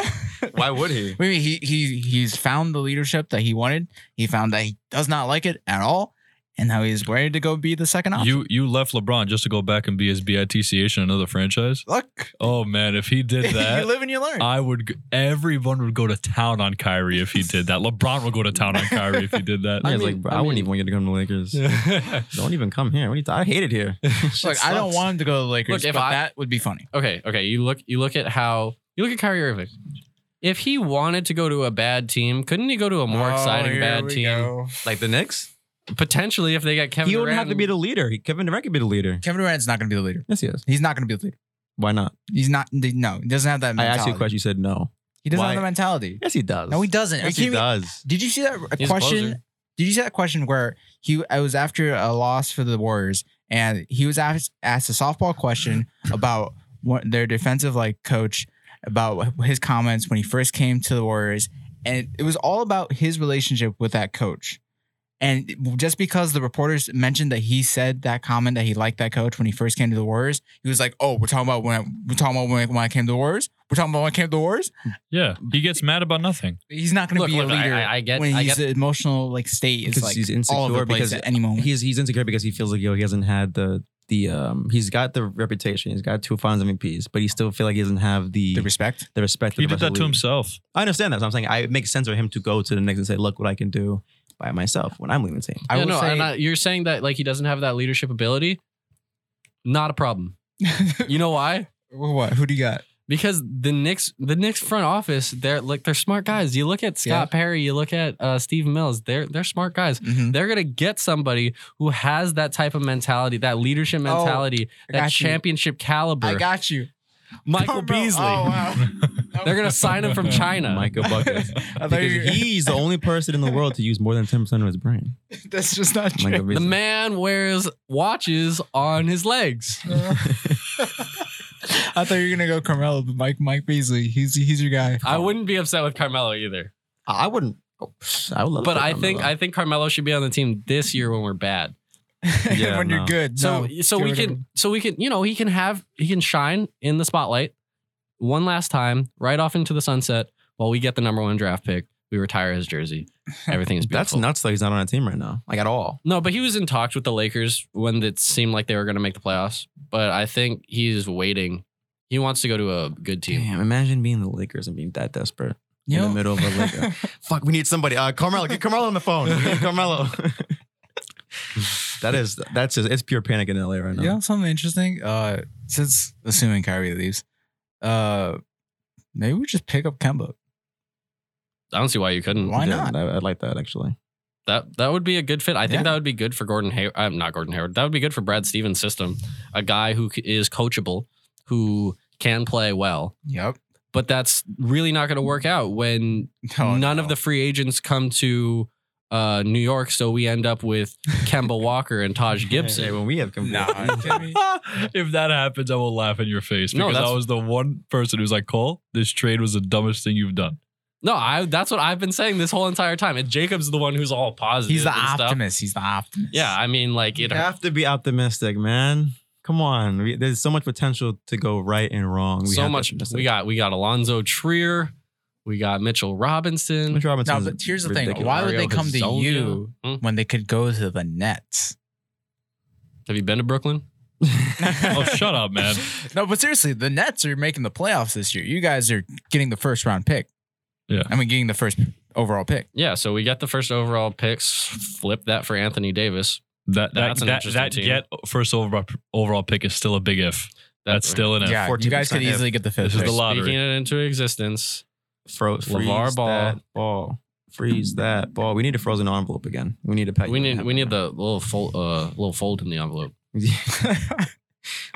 Speaker 1: Why would he?
Speaker 3: Maybe he he he's found the leadership that he wanted. He found that he does not like it at all, and now he's ready to go be the second option.
Speaker 4: You you left LeBron just to go back and be his bitch in another franchise.
Speaker 3: Look,
Speaker 4: Oh man, if he did
Speaker 3: you
Speaker 4: that,
Speaker 3: live and you
Speaker 1: Oh,
Speaker 3: learn.
Speaker 4: I would. g- Everyone would go to town on Kyrie if he did that. LeBron would go to town on Kyrie if he did that.
Speaker 1: I
Speaker 2: I
Speaker 1: was
Speaker 2: mean-
Speaker 1: like, bro, I,
Speaker 2: I
Speaker 1: wouldn't
Speaker 2: mean-
Speaker 1: even want you to come to the Lakers. Don't even come here. What do you th- I hate it here.
Speaker 3: Look, I don't want him to go to the Lakers,
Speaker 2: Look, if
Speaker 3: but
Speaker 2: I-
Speaker 3: that would be funny.
Speaker 2: okay, okay. You look you look at how you look at Kyrie Irving. If he wanted to go to a bad team, couldn't he go to a
Speaker 3: Oh,
Speaker 2: more exciting bad team?
Speaker 1: like the Knicks.
Speaker 2: Potentially, if they got Kevin,
Speaker 1: he wouldn't
Speaker 2: Durant
Speaker 1: have to be the leader. He, Kevin Durant could be the leader.
Speaker 3: Kevin Durant's not going to be the leader.
Speaker 1: Yes, he is.
Speaker 3: He's not going to be the leader.
Speaker 1: Why not?
Speaker 3: He's not. No, he doesn't have that.
Speaker 1: I
Speaker 3: Mentality.
Speaker 1: asked you a question. You said no.
Speaker 3: He doesn't
Speaker 1: Why?
Speaker 3: have the mentality.
Speaker 1: Yes, he does.
Speaker 3: No, he doesn't. Are you
Speaker 1: Yes, he
Speaker 3: kidding me?
Speaker 1: does.
Speaker 3: Did you see that
Speaker 2: He's a
Speaker 3: question?
Speaker 2: poser.
Speaker 3: Did you see that question where he? I was after a loss for the Warriors, and he was asked asked a softball question about what their defensive like coach about his comments when he first came to the Warriors, and it was all about his relationship with that coach. And just because the reporters mentioned that he said that comment that he liked that coach when he first came to the Warriors, he was like, "Oh, we're talking about when I, we're talking about when I, when I came to the Warriors. We're talking about when I came to the Warriors."
Speaker 4: Yeah, he gets mad about nothing.
Speaker 3: He's not going to
Speaker 2: Look,
Speaker 3: be
Speaker 2: look,
Speaker 3: a
Speaker 2: I-
Speaker 3: leader.
Speaker 2: I, I get,
Speaker 3: when
Speaker 2: I
Speaker 3: he's
Speaker 2: get.
Speaker 3: the emotional like state is
Speaker 1: Because
Speaker 3: like
Speaker 1: he's
Speaker 3: all over
Speaker 1: insecure
Speaker 3: the place
Speaker 1: because
Speaker 3: at any moment.
Speaker 1: He's he's insecure because he feels like yo he hasn't had the the um he's got the reputation. He's got two Finals MVPs, but he still feel like he doesn't have the
Speaker 3: the
Speaker 1: the,
Speaker 3: respect.
Speaker 1: respect.
Speaker 4: He
Speaker 1: of the rest
Speaker 4: did
Speaker 1: of
Speaker 4: that
Speaker 1: the
Speaker 4: to
Speaker 1: league.
Speaker 4: himself.
Speaker 1: I understand that. So I'm saying I, it makes sense for him to go to the Knicks and say, look what I can do by myself when I'm leaving the team.
Speaker 2: I
Speaker 3: I would
Speaker 2: no,
Speaker 3: say,
Speaker 2: I'm not, you're saying that like he doesn't have that leadership ability. Not a problem. You know why?
Speaker 3: what? Who do you got?
Speaker 2: Because the Knicks, the Knicks front office, they're like they're smart guys. You look at Scott Perry, you look at uh, Steve Mills. They're they're smart guys.
Speaker 1: Mm-hmm.
Speaker 3: Mhm.
Speaker 2: They're gonna get somebody who has that type of mentality, that
Speaker 1: Oh,
Speaker 2: leadership mentality,
Speaker 3: I
Speaker 2: that
Speaker 3: got you.
Speaker 2: championship caliber.
Speaker 3: I got you,
Speaker 2: Michael
Speaker 3: Oh, bro.
Speaker 2: Beasley.
Speaker 3: Oh, wow.
Speaker 2: They're gonna sign him from China.
Speaker 1: Michael Buckets.
Speaker 3: I thought you
Speaker 1: because
Speaker 3: were-
Speaker 1: he's the only person in the world to use more than 10% of his brain.
Speaker 3: That's just not true.
Speaker 1: Michael
Speaker 2: The
Speaker 1: Beasley.
Speaker 2: man wears watches on his legs.
Speaker 3: I thought you were gonna go Carmelo, but Mike Mike Beasley. He's he's your guy.
Speaker 2: I wouldn't be upset with Carmelo either.
Speaker 1: I wouldn't. oh, I would love
Speaker 2: But
Speaker 1: to
Speaker 2: I think I think Carmelo should be on the team this year when we're bad.
Speaker 1: Yeah,
Speaker 3: when
Speaker 1: no.
Speaker 3: you're good.
Speaker 2: So
Speaker 3: no,
Speaker 2: so
Speaker 3: get
Speaker 2: we
Speaker 3: rid of
Speaker 2: can
Speaker 3: him.
Speaker 2: so we can you know he can have he can shine in the spotlight one last time right off into the sunset while we get the number one draft pick. We retire his jersey. Everything's
Speaker 1: That's
Speaker 2: beautiful.
Speaker 1: nuts that he's not on a team right now, like at all.
Speaker 2: No, but he was in talks with the Lakers when it seemed like they were going to make the playoffs. But I think he's waiting. He wants to go to a good team.
Speaker 1: Damn, imagine being the Lakers and being that desperate
Speaker 3: You
Speaker 1: in
Speaker 3: know-
Speaker 1: the middle of a Lakers. Fuck, we need somebody. Uh, Carmelo, get Carmelo on the phone. We need Carmelo. that is, that's just, it's pure panic in LA right now.
Speaker 3: You know something interesting? Uh, since assuming Kyrie leaves, uh, maybe we just pick up Kemba.
Speaker 2: I don't see why you couldn't.
Speaker 3: Why
Speaker 1: Yeah,
Speaker 3: not?
Speaker 1: I, I like that actually.
Speaker 2: That that would be a good fit. I think
Speaker 3: Yeah.
Speaker 2: that would be good for Gordon Hayward. I'm not Gordon Hayward. That would be good for Brad Stevens' system. A guy who c- is coachable, who can play well.
Speaker 3: Yep.
Speaker 2: But that's really not going to work out when
Speaker 3: Oh, No,
Speaker 2: none
Speaker 3: no.
Speaker 2: of the free agents come to uh, New York. So we end up with Kemba Walker and Taj Gibson.
Speaker 1: Hey, when we have
Speaker 3: Nah,
Speaker 1: compl-
Speaker 3: are you kidding me?
Speaker 4: if that happens, I will laugh in your face
Speaker 2: No,
Speaker 4: because I
Speaker 2: that's-
Speaker 4: was the one person who's like, Cole, this trade was the dumbest thing you've done.
Speaker 2: No, I. That's what I've been saying this whole entire time. And Jacob's the one who's all positive.
Speaker 3: He's the
Speaker 2: and stuff.
Speaker 3: optimist. He's the optimist.
Speaker 2: Yeah, I mean, like
Speaker 1: You
Speaker 2: it.
Speaker 1: have to be optimistic, man. Come on, we, there's so much potential to go right and wrong. We
Speaker 2: so
Speaker 1: have to
Speaker 2: much.
Speaker 1: be optimistic.
Speaker 2: We got we got Alonzo Trier. We got Mitchell Robinson.
Speaker 1: Mitch Robinson.
Speaker 3: No,
Speaker 1: is
Speaker 3: but here's the thing.
Speaker 1: ridiculous.
Speaker 3: Why would they
Speaker 2: Mario
Speaker 3: come to
Speaker 2: Hazonia.
Speaker 3: you
Speaker 2: Hmm?
Speaker 3: when they could go to the Nets?
Speaker 2: Have you been to Brooklyn?
Speaker 4: Oh, shut up, man.
Speaker 3: No, but seriously, the Nets are making the playoffs this year. You guys are getting the first round pick.
Speaker 4: Yeah.
Speaker 3: I mean, getting the first overall pick.
Speaker 2: Yeah, so we got the first overall picks. Flip that for Anthony Davis.
Speaker 4: That that
Speaker 2: That's an
Speaker 4: that,
Speaker 2: interesting
Speaker 4: that
Speaker 2: team.
Speaker 4: get first overall overall pick is still a big if. That's still an if.
Speaker 3: yeah, you guys
Speaker 1: 14%
Speaker 3: could
Speaker 1: if.
Speaker 3: easily get the fifth.
Speaker 4: This is the
Speaker 3: pick.
Speaker 4: lottery.
Speaker 2: Speaking it into existence.
Speaker 1: Fro- freeze
Speaker 2: LeVar Ball.
Speaker 1: that ball. Freeze that ball. We need a frozen envelope again. We need a pet.
Speaker 2: we need we need the little fold uh little fold in the envelope.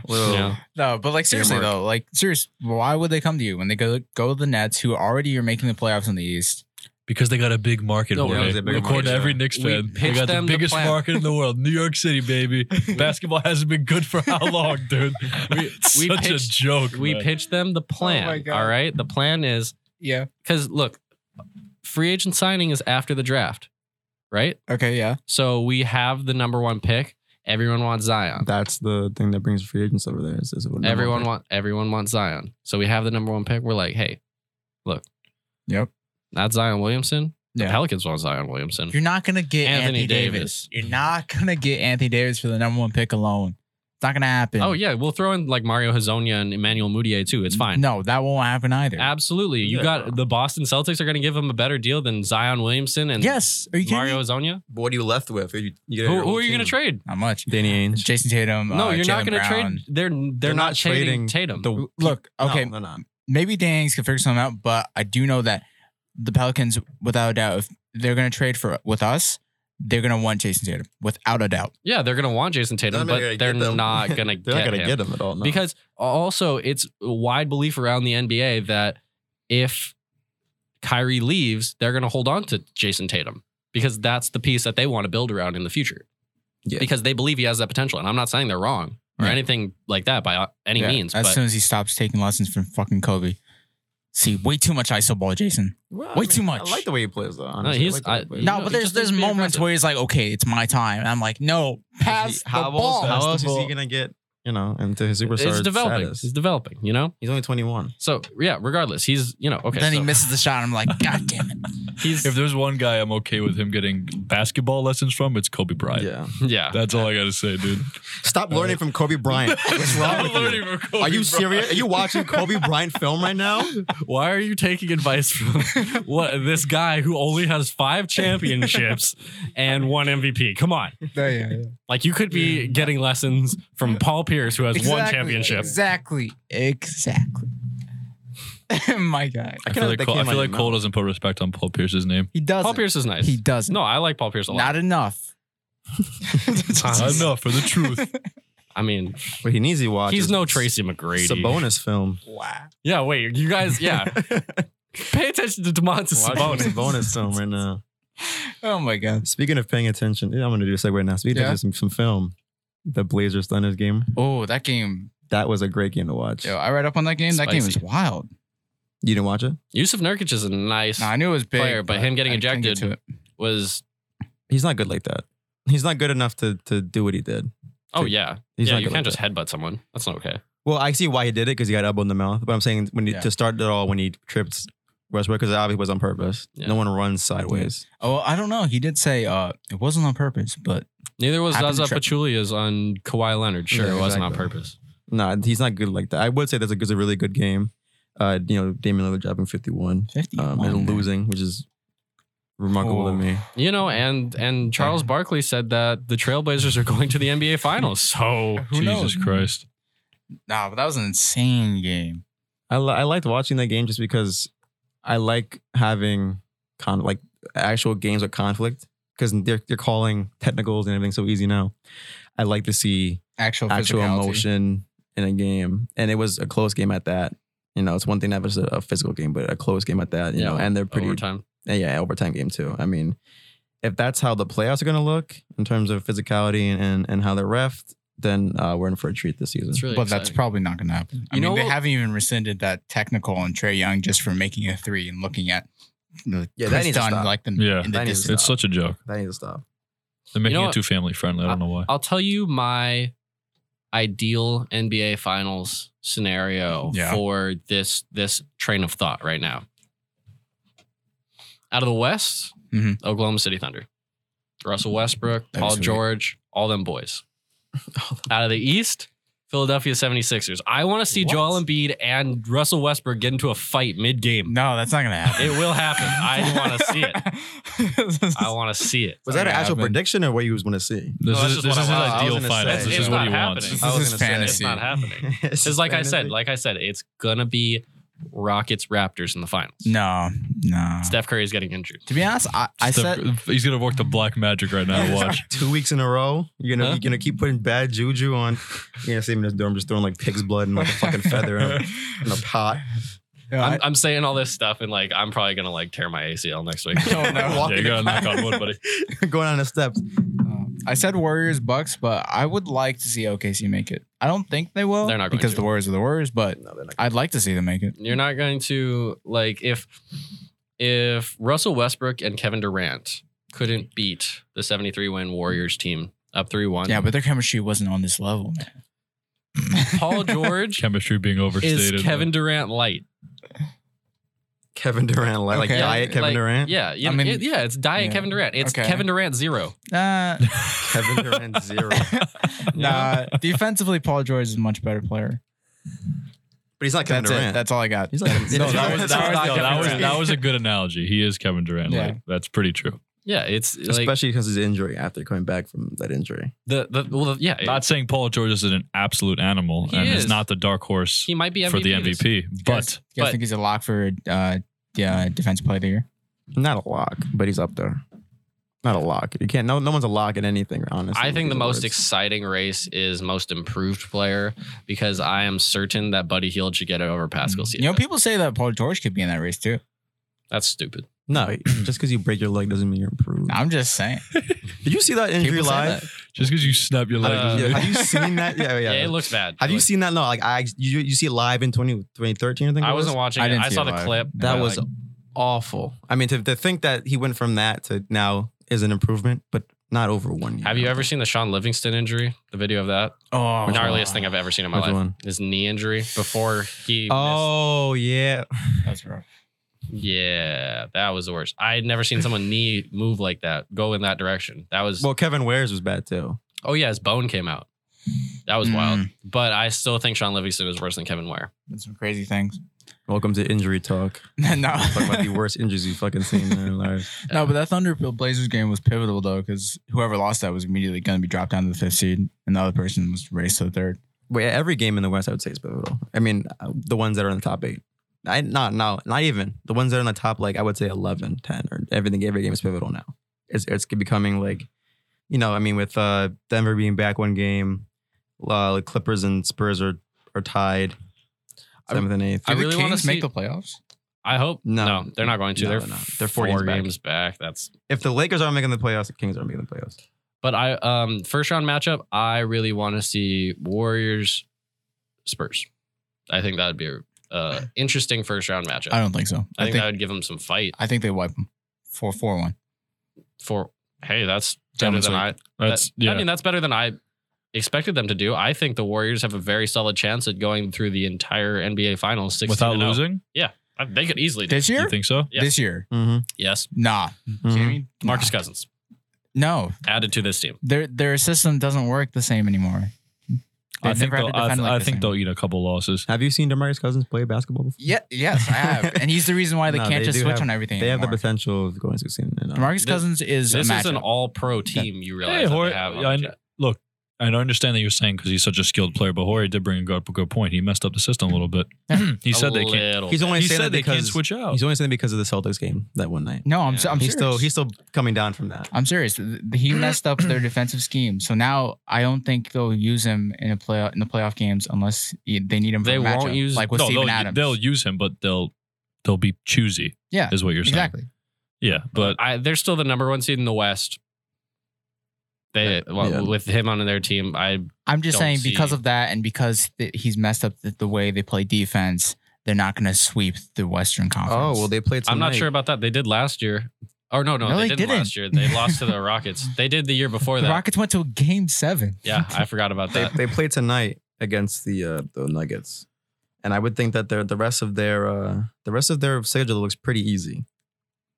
Speaker 1: little,
Speaker 2: Yeah.
Speaker 3: no, but like seriously
Speaker 1: Earmark.
Speaker 3: though, like serious, why would they come to you when they go go to the Nets, who already are making the playoffs in the East?
Speaker 4: Because they got a big market.
Speaker 2: No,
Speaker 4: boy.
Speaker 1: yeah, it was a big
Speaker 4: According
Speaker 1: market,
Speaker 4: to every
Speaker 1: yeah.
Speaker 4: Knicks
Speaker 2: We
Speaker 4: fan, they
Speaker 2: pitched
Speaker 4: got the
Speaker 2: them the
Speaker 4: biggest
Speaker 2: plan.
Speaker 4: market in the world, New York City, baby. Basketball hasn't been good for how long, dude?
Speaker 2: We-
Speaker 4: It's
Speaker 2: we
Speaker 4: such a
Speaker 2: pitched-
Speaker 4: joke.
Speaker 2: We
Speaker 4: man.
Speaker 2: pitched them the plan.
Speaker 3: my God.
Speaker 2: All right. The plan is
Speaker 3: Yeah.
Speaker 2: because look, free agent signing is after the draft, right?
Speaker 3: Okay. Yeah.
Speaker 2: So we have the number one pick. Everyone wants Zion.
Speaker 1: That's the thing that brings free agents over there. Is, is what
Speaker 2: everyone want everyone wants Zion. So we have the number one pick. We're like, hey, look.
Speaker 3: Yep.
Speaker 2: Not Zion Williamson. The
Speaker 3: Yeah.
Speaker 2: Pelicans want Zion Williamson.
Speaker 3: You're not gonna get
Speaker 2: Anthony
Speaker 3: Anthony,
Speaker 2: Davis.
Speaker 3: Davis. You're not gonna get Anthony Davis for the number one pick alone. It's not gonna happen.
Speaker 2: Oh yeah, we'll throw in like Mario Hazonia and Emmanuel Mudiay too. It's fine.
Speaker 3: No, that won't happen either.
Speaker 2: Absolutely. You
Speaker 1: Yeah.
Speaker 2: got the Boston Celtics are going to give him a better deal than Zion Williamson and
Speaker 3: yes. Are you kidding?
Speaker 2: Mario
Speaker 3: me?
Speaker 2: Hazonia.
Speaker 1: What are you left with? You, you
Speaker 2: Who, who are you going to trade?
Speaker 3: Not much.
Speaker 1: Danny Ainge.
Speaker 3: Jason Tatum.
Speaker 2: no,
Speaker 3: uh,
Speaker 2: you're not going
Speaker 3: Jaylen
Speaker 2: to
Speaker 3: Brown.
Speaker 2: trade. They're they're, not, trading Tatum.
Speaker 1: the-
Speaker 3: Look,
Speaker 1: No,
Speaker 3: okay,
Speaker 1: they're not.
Speaker 3: maybe Dangs can figure something out, but I do know that the Pelicans, without a doubt, if they're going to trade for with us, they're going to want Jason Tatum, without a doubt.
Speaker 2: yeah, they're going to want Jason Tatum,
Speaker 1: They're
Speaker 2: but
Speaker 1: not
Speaker 2: they're
Speaker 1: gonna get them.
Speaker 2: not going
Speaker 1: They're
Speaker 2: to get
Speaker 1: not gonna
Speaker 2: him.
Speaker 1: get him at all. No.
Speaker 2: Because also, it's a wide belief around the NBA that if Kyrie leaves, they're going to hold on to Jason Tatum because that's the piece that they want to build around in the future.
Speaker 1: Yeah.
Speaker 2: Because they believe he has that potential. And I'm not saying they're wrong or
Speaker 3: Yeah.
Speaker 2: anything like that by uh, any
Speaker 3: Yeah,
Speaker 2: means.
Speaker 3: as
Speaker 2: but
Speaker 3: soon as he stops taking lessons from fucking Kobe. See, way too much ISO ball, Jason.
Speaker 1: Well,
Speaker 3: way too much.
Speaker 1: I like the way he plays though. Honestly.
Speaker 2: he's-
Speaker 1: I like the way he plays.
Speaker 2: I- You
Speaker 3: No,
Speaker 2: know,
Speaker 3: but
Speaker 2: he
Speaker 3: there's
Speaker 2: just needs
Speaker 3: there's
Speaker 2: to be
Speaker 3: moments
Speaker 2: aggressive.
Speaker 3: where he's like, okay, it's my time. And I'm like, no, pass the
Speaker 1: how
Speaker 3: ball.
Speaker 1: else, how else is he gonna get you know into his superstar
Speaker 2: it's developing.
Speaker 1: status?
Speaker 2: It's developing, you know?
Speaker 1: He's only 21.
Speaker 2: So, yeah, regardless, he's, you know, okay.
Speaker 3: then
Speaker 2: so
Speaker 3: he misses the shot. And I'm like, God damn it.
Speaker 2: He's,
Speaker 4: If there's one guy I'm okay with him getting basketball lessons from, it's Kobe Bryant.
Speaker 1: Yeah.
Speaker 2: yeah.
Speaker 4: That's all I gotta say, dude.
Speaker 1: Stop learning from Kobe Bryant. What's wrong
Speaker 4: I'm
Speaker 1: with you?
Speaker 4: learning from Kobe
Speaker 1: Are you
Speaker 4: Bryant.
Speaker 1: serious? Are you watching Kobe Bryant film right now?
Speaker 2: Why are you taking advice from what this guy who only has five championships and one MVP? Come on. Like you could be getting lessons from Paul Pierce who has one championship.
Speaker 3: Exactly. Exactly. my God.
Speaker 4: I feel like,
Speaker 1: they
Speaker 4: Cole, I
Speaker 1: came out
Speaker 4: feel like
Speaker 1: of
Speaker 4: Cole
Speaker 1: nowhere.
Speaker 4: doesn't put respect on Paul Pierce's name.
Speaker 3: He doesn't.
Speaker 2: Paul Pierce is nice.
Speaker 3: He doesn't.
Speaker 2: No, I like Paul Pierce a lot.
Speaker 3: Not enough.
Speaker 4: Enough for the truth.
Speaker 2: I mean,
Speaker 1: What he needs to watch.
Speaker 2: he's
Speaker 1: is
Speaker 2: no Tracy McGrady.
Speaker 1: It's a bonus film.
Speaker 3: Wow.
Speaker 2: Yeah, wait, you guys, yeah. Pay attention to DeMontis
Speaker 1: Watch
Speaker 2: Sabonis.
Speaker 1: a bonus film right now.
Speaker 3: Oh my god.
Speaker 1: Speaking of paying attention, yeah, I'm going to do a segue now. Speaking
Speaker 3: Yeah.
Speaker 1: of some, some film, the Blazers Thunders game,
Speaker 3: Oh, that game.
Speaker 1: that was a great game to watch.
Speaker 3: Yo, I read up on that game. That game was
Speaker 2: Spicy.
Speaker 3: wild.
Speaker 1: You didn't watch it?
Speaker 2: Yusuf Nurkic is a nice
Speaker 3: No, I knew it was big,
Speaker 2: Player, but him getting
Speaker 3: I couldn't get
Speaker 2: ejected-
Speaker 3: to it.
Speaker 2: was
Speaker 1: He's not good like that. He's not good enough to to do what he did.
Speaker 2: oh yeah.
Speaker 1: He's
Speaker 2: yeah,
Speaker 1: not
Speaker 2: you
Speaker 1: good
Speaker 2: can't
Speaker 1: like
Speaker 2: just headbutt someone. That's not okay.
Speaker 1: Well, I see why he did it because he got elbow in the mouth. But I'm saying when he,
Speaker 3: Yeah.
Speaker 1: to start it all when he tripped Westbrook because it obviously was on purpose.
Speaker 2: Yeah.
Speaker 1: No one runs sideways.
Speaker 3: Oh, I don't know. He did say uh, it wasn't on purpose, but
Speaker 2: Neither was
Speaker 3: Happened to
Speaker 2: Zaza
Speaker 3: trip-
Speaker 2: Pachulia's on Kawhi Leonard. Sure,
Speaker 1: Yeah,
Speaker 2: it wasn't on
Speaker 1: exactly.
Speaker 2: purpose.
Speaker 1: Nah, he's not good like that. I would say that's a, it's a really good game. Uh, you know, Damian Lillard dropping 51
Speaker 3: fifty.
Speaker 1: um, and losing, which is remarkable to
Speaker 3: Oh.
Speaker 1: me.
Speaker 2: You know, and and Charles Barkley said that the Trailblazers are going to the NBA Finals. So
Speaker 3: Who
Speaker 4: Jesus
Speaker 3: knows?
Speaker 4: Christ.
Speaker 3: Nah, but that was an insane game.
Speaker 1: I, li- I liked watching that game just because I like having con- like actual games with conflict because they're, they're calling technicals and everything so easy now. I like to see
Speaker 3: Actual
Speaker 1: actual
Speaker 3: physicality.
Speaker 1: emotion in a game, and it was a close game at that. You know, it's one thing that it's a, a physical game, but a close game at that. You
Speaker 2: Yeah,
Speaker 1: know, and they're pretty
Speaker 2: overtime.
Speaker 1: and yeah, overtime game too. I mean, if that's how the playoffs are going to look in terms of physicality and and, and how they're refed, then uh, we're in for a treat this season.
Speaker 2: It's really
Speaker 3: But that's
Speaker 2: exciting.
Speaker 3: probably not going to happen. I
Speaker 2: You
Speaker 3: mean,
Speaker 2: know
Speaker 3: they
Speaker 2: what-
Speaker 3: haven't even rescinded that technical on Trey Young just for making a three and looking at like,
Speaker 1: Yeah, that
Speaker 3: Chris
Speaker 1: needs to
Speaker 3: Dunn,
Speaker 1: stop.
Speaker 3: like the
Speaker 4: Yeah.
Speaker 3: in
Speaker 1: That needs to
Speaker 3: the distance.
Speaker 1: stop.
Speaker 4: It's such a joke.
Speaker 1: that needs to stop.
Speaker 4: They're making
Speaker 2: know
Speaker 4: it
Speaker 2: what? Uh,
Speaker 4: too family friendly. I don't know why.
Speaker 2: I'll tell you my ideal NBA Finals scenario
Speaker 3: Yeah.
Speaker 2: for this this train of thought right now. Out of the West,
Speaker 3: Mhm.
Speaker 2: Oklahoma City Thunder, Russell Westbrook,
Speaker 3: That'd be
Speaker 2: Paul
Speaker 3: sweet.
Speaker 2: George, all them boys. Out of the East, Philadelphia 76ers. I want to see Joel Embiid and Russell Westbrook get into a fight mid game.
Speaker 3: No, that's not gonna happen.
Speaker 2: It will happen. I want to see it. I want to see it.
Speaker 1: Was that an
Speaker 3: Okay,
Speaker 1: actual
Speaker 3: I've been-
Speaker 1: prediction or what you was going to see?
Speaker 4: This
Speaker 2: that's
Speaker 4: is
Speaker 2: just
Speaker 4: this
Speaker 2: what
Speaker 4: is his
Speaker 2: I want.
Speaker 1: I was
Speaker 4: ideal
Speaker 1: gonna
Speaker 4: finals.
Speaker 1: say.
Speaker 4: This
Speaker 2: It's
Speaker 4: is what
Speaker 2: not
Speaker 4: he
Speaker 2: happening.
Speaker 4: wants.
Speaker 1: I
Speaker 3: This
Speaker 1: was gonna
Speaker 3: is
Speaker 1: say-
Speaker 2: It's
Speaker 3: fantasy.
Speaker 2: not happening.
Speaker 1: It's
Speaker 2: Because, like I said,
Speaker 1: fantasy.
Speaker 2: like I said, it's gonna be Rockets Raptors in the finals.
Speaker 3: No, no.
Speaker 2: Steph Curry's getting injured.
Speaker 3: To be honest, I, I
Speaker 4: Steph-
Speaker 3: said
Speaker 4: he's gonna work the black magic right now. Watch.
Speaker 1: two weeks in a row, you're gonna
Speaker 2: Huh?
Speaker 1: you're gonna keep putting bad juju on. You're gonna see me in this dorm just throwing like pig's blood and like a fucking feather in a, in a pot.
Speaker 3: No, I-
Speaker 2: I'm, I'm saying all this stuff, and like I'm probably gonna like tear my ACL next week.
Speaker 3: Oh, no.
Speaker 1: Walking
Speaker 4: Yeah, you gotta knock on wood, buddy.
Speaker 1: Going on the steps.
Speaker 3: Uh, I said Warriors Bucks, but I would like to see OKC make it. I don't think they will.
Speaker 2: They're not going
Speaker 3: because
Speaker 2: to.
Speaker 3: the Warriors are the Warriors, but
Speaker 1: No, they're not.
Speaker 3: I'd like to see them make it.
Speaker 2: You're not going to like if if Russell Westbrook and Kevin Durant couldn't beat the 73 win Warriors team up 3-1.
Speaker 3: Yeah, but their chemistry wasn't on this level, man.
Speaker 2: Paul George
Speaker 4: Chemistry being
Speaker 2: is
Speaker 4: overstated.
Speaker 2: Kevin Durant light.
Speaker 1: Kevin Durant, like, like
Speaker 3: Okay.
Speaker 1: diet Kevin
Speaker 2: Like,
Speaker 1: Durant.
Speaker 2: Yeah, yeah,
Speaker 3: I mean-
Speaker 2: it- yeah, it's diet
Speaker 3: yeah.
Speaker 2: Kevin Durant. It's
Speaker 3: Okay.
Speaker 2: Kevin Durant zero.
Speaker 3: Uh,
Speaker 1: Kevin Durant zero. But
Speaker 3: nah, defensively, Paul George is a much better player.
Speaker 1: he's not Kevin
Speaker 3: That's
Speaker 1: Durant.
Speaker 3: it. That's all I got.
Speaker 1: he's like
Speaker 3: No, that was- that was-
Speaker 4: No, that was
Speaker 3: Durant.
Speaker 4: that was a good analogy. He is Kevin Durant.
Speaker 3: Yeah.
Speaker 4: Like, that's pretty true.
Speaker 2: Yeah, it's like
Speaker 1: especially because his injury after coming back from that injury.
Speaker 2: the the well, the- yeah, it-
Speaker 4: Not saying Paul George is an absolute animal
Speaker 2: He
Speaker 4: and is.
Speaker 2: is.
Speaker 4: not the dark horse
Speaker 2: he might be MVP
Speaker 4: for the
Speaker 2: this
Speaker 4: MVP,
Speaker 3: You guys, you guys
Speaker 4: but
Speaker 2: but- Mm-hmm.
Speaker 3: think he's a lock for uh, yeah, defensive player of the year?
Speaker 1: Not a lock, but he's up there. Not a lock. You can't. No, no one's a lock in anything. Honestly,
Speaker 2: I
Speaker 1: with
Speaker 2: think the
Speaker 1: these
Speaker 2: most
Speaker 1: awards.
Speaker 2: exciting race is most improved player because I am certain that Buddy Hield should get it over Pascal
Speaker 3: Mm-hmm. You know,
Speaker 2: Siakam.
Speaker 3: people say that Paul George could be in that race too.
Speaker 2: That's stupid.
Speaker 1: no. Just because you break your leg doesn't mean you're improved.
Speaker 3: I'm just saying.
Speaker 1: Did you see that injury
Speaker 3: People say
Speaker 1: live?
Speaker 4: just because you snap your leg,
Speaker 2: Uh,
Speaker 4: doesn't
Speaker 1: Yeah,
Speaker 4: mean-
Speaker 1: have you seen that? Yeah,
Speaker 2: Yeah,
Speaker 1: yeah.
Speaker 2: it looks bad.
Speaker 1: have
Speaker 2: It
Speaker 1: you
Speaker 2: looks-
Speaker 1: seen that? No, like I, you, you see it live in 20, 2013, I think. it
Speaker 2: I
Speaker 1: was.
Speaker 2: wasn't watching.
Speaker 3: I
Speaker 2: I, it.
Speaker 3: didn't
Speaker 2: I
Speaker 3: see
Speaker 2: saw
Speaker 3: it
Speaker 2: the
Speaker 3: live.
Speaker 2: clip.
Speaker 1: That
Speaker 2: but,
Speaker 1: was
Speaker 2: like,
Speaker 1: awful. I mean, to, to think that he went from that to now is an improvement, but not over one year.
Speaker 2: have you ever seen the Sean Livingston injury? The video of that
Speaker 3: Oh,
Speaker 2: gnarliest thing I've ever seen in my
Speaker 1: Which
Speaker 2: life.
Speaker 1: one?
Speaker 2: His knee injury before he.
Speaker 1: Oh yeah,
Speaker 3: That's rough.
Speaker 2: missed. yeah, that was the worst. I had never seen someone knee move like that, go in that direction. That was.
Speaker 1: well Kevin Wares was bad too.
Speaker 2: oh yeah, his bone came out. That was
Speaker 3: Mm.
Speaker 2: wild. But I still think Sean Livingston is worse than Kevin Ware.
Speaker 3: That's some crazy things.
Speaker 1: Welcome to injury talk.
Speaker 3: no,
Speaker 1: Talking about the worst injuries you've fucking seen in your life.
Speaker 3: No, but that Thunder Blazers game was pivotal though, because whoever lost that was immediately going to be dropped down to the fifth seed, and the other person was raised to the third.
Speaker 1: Wait, every game in the West I would say is pivotal. I mean, uh, the ones that are in the top eight. I not no, not even the ones that are in the top like I would say 11, 10, or everything. Every game is pivotal now. It's it's becoming like, you know, I mean, with uh, Denver being back one game, uh, Clippers and Spurs are are tied, seventh and eighth.
Speaker 2: I
Speaker 3: Did
Speaker 2: really
Speaker 3: the
Speaker 2: wanna
Speaker 3: Kings
Speaker 2: see-
Speaker 3: make the playoffs.
Speaker 2: I hope
Speaker 1: No.
Speaker 2: no, they're not going to.
Speaker 1: No,
Speaker 2: they're
Speaker 1: they're not.
Speaker 2: they're
Speaker 1: They're
Speaker 2: four,
Speaker 1: four games back.
Speaker 2: games back. That's
Speaker 1: If the Lakers aren't making the playoffs, the Kings aren't making the playoffs.
Speaker 2: but I um first round matchup. I really want to see Warriors, Spurs. I think that would be a uh, interesting first round matchup.
Speaker 3: I
Speaker 2: I,
Speaker 3: don't think so. I
Speaker 2: think,
Speaker 3: think
Speaker 2: that would give them some fight
Speaker 3: I think they wipe them. Four four one.
Speaker 2: for. Hey, that's better
Speaker 3: Gentlemen's
Speaker 2: than I.
Speaker 4: that's
Speaker 2: that-
Speaker 4: yeah.
Speaker 2: I mean, that's better than I expected them to do. I think the Warriors have a very solid chance at going through the entire NBA Finals 16
Speaker 4: Without
Speaker 2: and 0.
Speaker 4: losing,
Speaker 2: I- They could easily do.
Speaker 3: This year?
Speaker 4: you think so?
Speaker 2: Yeah.
Speaker 3: This year?
Speaker 1: Mm-hmm.
Speaker 2: Yes,
Speaker 3: Nah. Jimmy?
Speaker 2: Marcus Cousins
Speaker 3: No.
Speaker 2: added to this team.
Speaker 3: Their their system doesn't work the same anymore. They
Speaker 4: I think
Speaker 3: never had
Speaker 4: they'll,
Speaker 3: to
Speaker 4: I,
Speaker 3: defend
Speaker 4: th-
Speaker 3: like
Speaker 4: I
Speaker 3: the
Speaker 4: think
Speaker 3: same.
Speaker 4: they'll eat a couple losses.
Speaker 1: Have you seen Demarcus Cousins play basketball before?
Speaker 3: Yeah, yes, I have. and he's the reason why they
Speaker 1: No,
Speaker 3: can't
Speaker 1: they
Speaker 3: just
Speaker 1: do
Speaker 3: switch
Speaker 1: have-
Speaker 3: on everything.
Speaker 1: They have the
Speaker 3: anymore.
Speaker 1: potential of going 16 and up.
Speaker 3: Marcus
Speaker 2: This-
Speaker 3: Cousins is
Speaker 2: This
Speaker 3: a
Speaker 2: is an
Speaker 3: matchup.
Speaker 2: all pro team. You realize
Speaker 4: Hey,
Speaker 2: that
Speaker 4: Hor-
Speaker 2: they have on
Speaker 4: I-
Speaker 2: the Jets.
Speaker 4: And I understand that you're saying because he's such a skilled player, but Hori did bring up a good point. He messed up the system a little bit. he
Speaker 2: A
Speaker 4: said they can't.
Speaker 2: little
Speaker 1: He's
Speaker 2: bit.
Speaker 1: only
Speaker 4: He
Speaker 1: saying
Speaker 4: said
Speaker 1: that
Speaker 4: they can't
Speaker 1: because
Speaker 4: switch out.
Speaker 1: he's only saying because of the Celtics game that one night.
Speaker 3: no, I'm
Speaker 2: Yeah.
Speaker 3: so I'm
Speaker 1: he's
Speaker 3: serious.
Speaker 1: still he's still coming down from that.
Speaker 3: I'm serious. Th- He messed up their defensive scheme, so now I don't think they'll use him in a play in the playoff games unless y- they need him. For
Speaker 2: They
Speaker 3: a
Speaker 2: won't
Speaker 3: matchup,
Speaker 2: use-
Speaker 3: like with
Speaker 4: no,
Speaker 3: Steven
Speaker 4: they'll,
Speaker 3: Adams.
Speaker 4: they'll use him, but they'll they'll be choosy.
Speaker 3: Yeah,
Speaker 4: is what you're saying.
Speaker 3: exactly.
Speaker 4: Yeah, but
Speaker 2: I, they're still the number one seed in the West. They well,
Speaker 1: Yeah.
Speaker 2: with him on their team, I
Speaker 3: I'm just
Speaker 2: Don't
Speaker 3: saying because
Speaker 2: see-
Speaker 3: of that and because th- he's messed up the, the way they play defense, they're not going to sweep the Western
Speaker 1: Oh
Speaker 3: Conference.
Speaker 1: well, they played. Tonight.
Speaker 2: I'm not sure about that. They did last year, or no, no,
Speaker 3: No,
Speaker 2: they,
Speaker 3: they
Speaker 2: didn't, last year.
Speaker 3: didn't.
Speaker 2: They lost to the Rockets. They did the year before
Speaker 3: the
Speaker 2: that.
Speaker 3: Rockets went to a game seven.
Speaker 2: yeah, I forgot about
Speaker 1: They
Speaker 2: that.
Speaker 1: they played tonight against the uh, the Nuggets, and I would think that their the rest of their uh, the rest of their schedule looks pretty easy.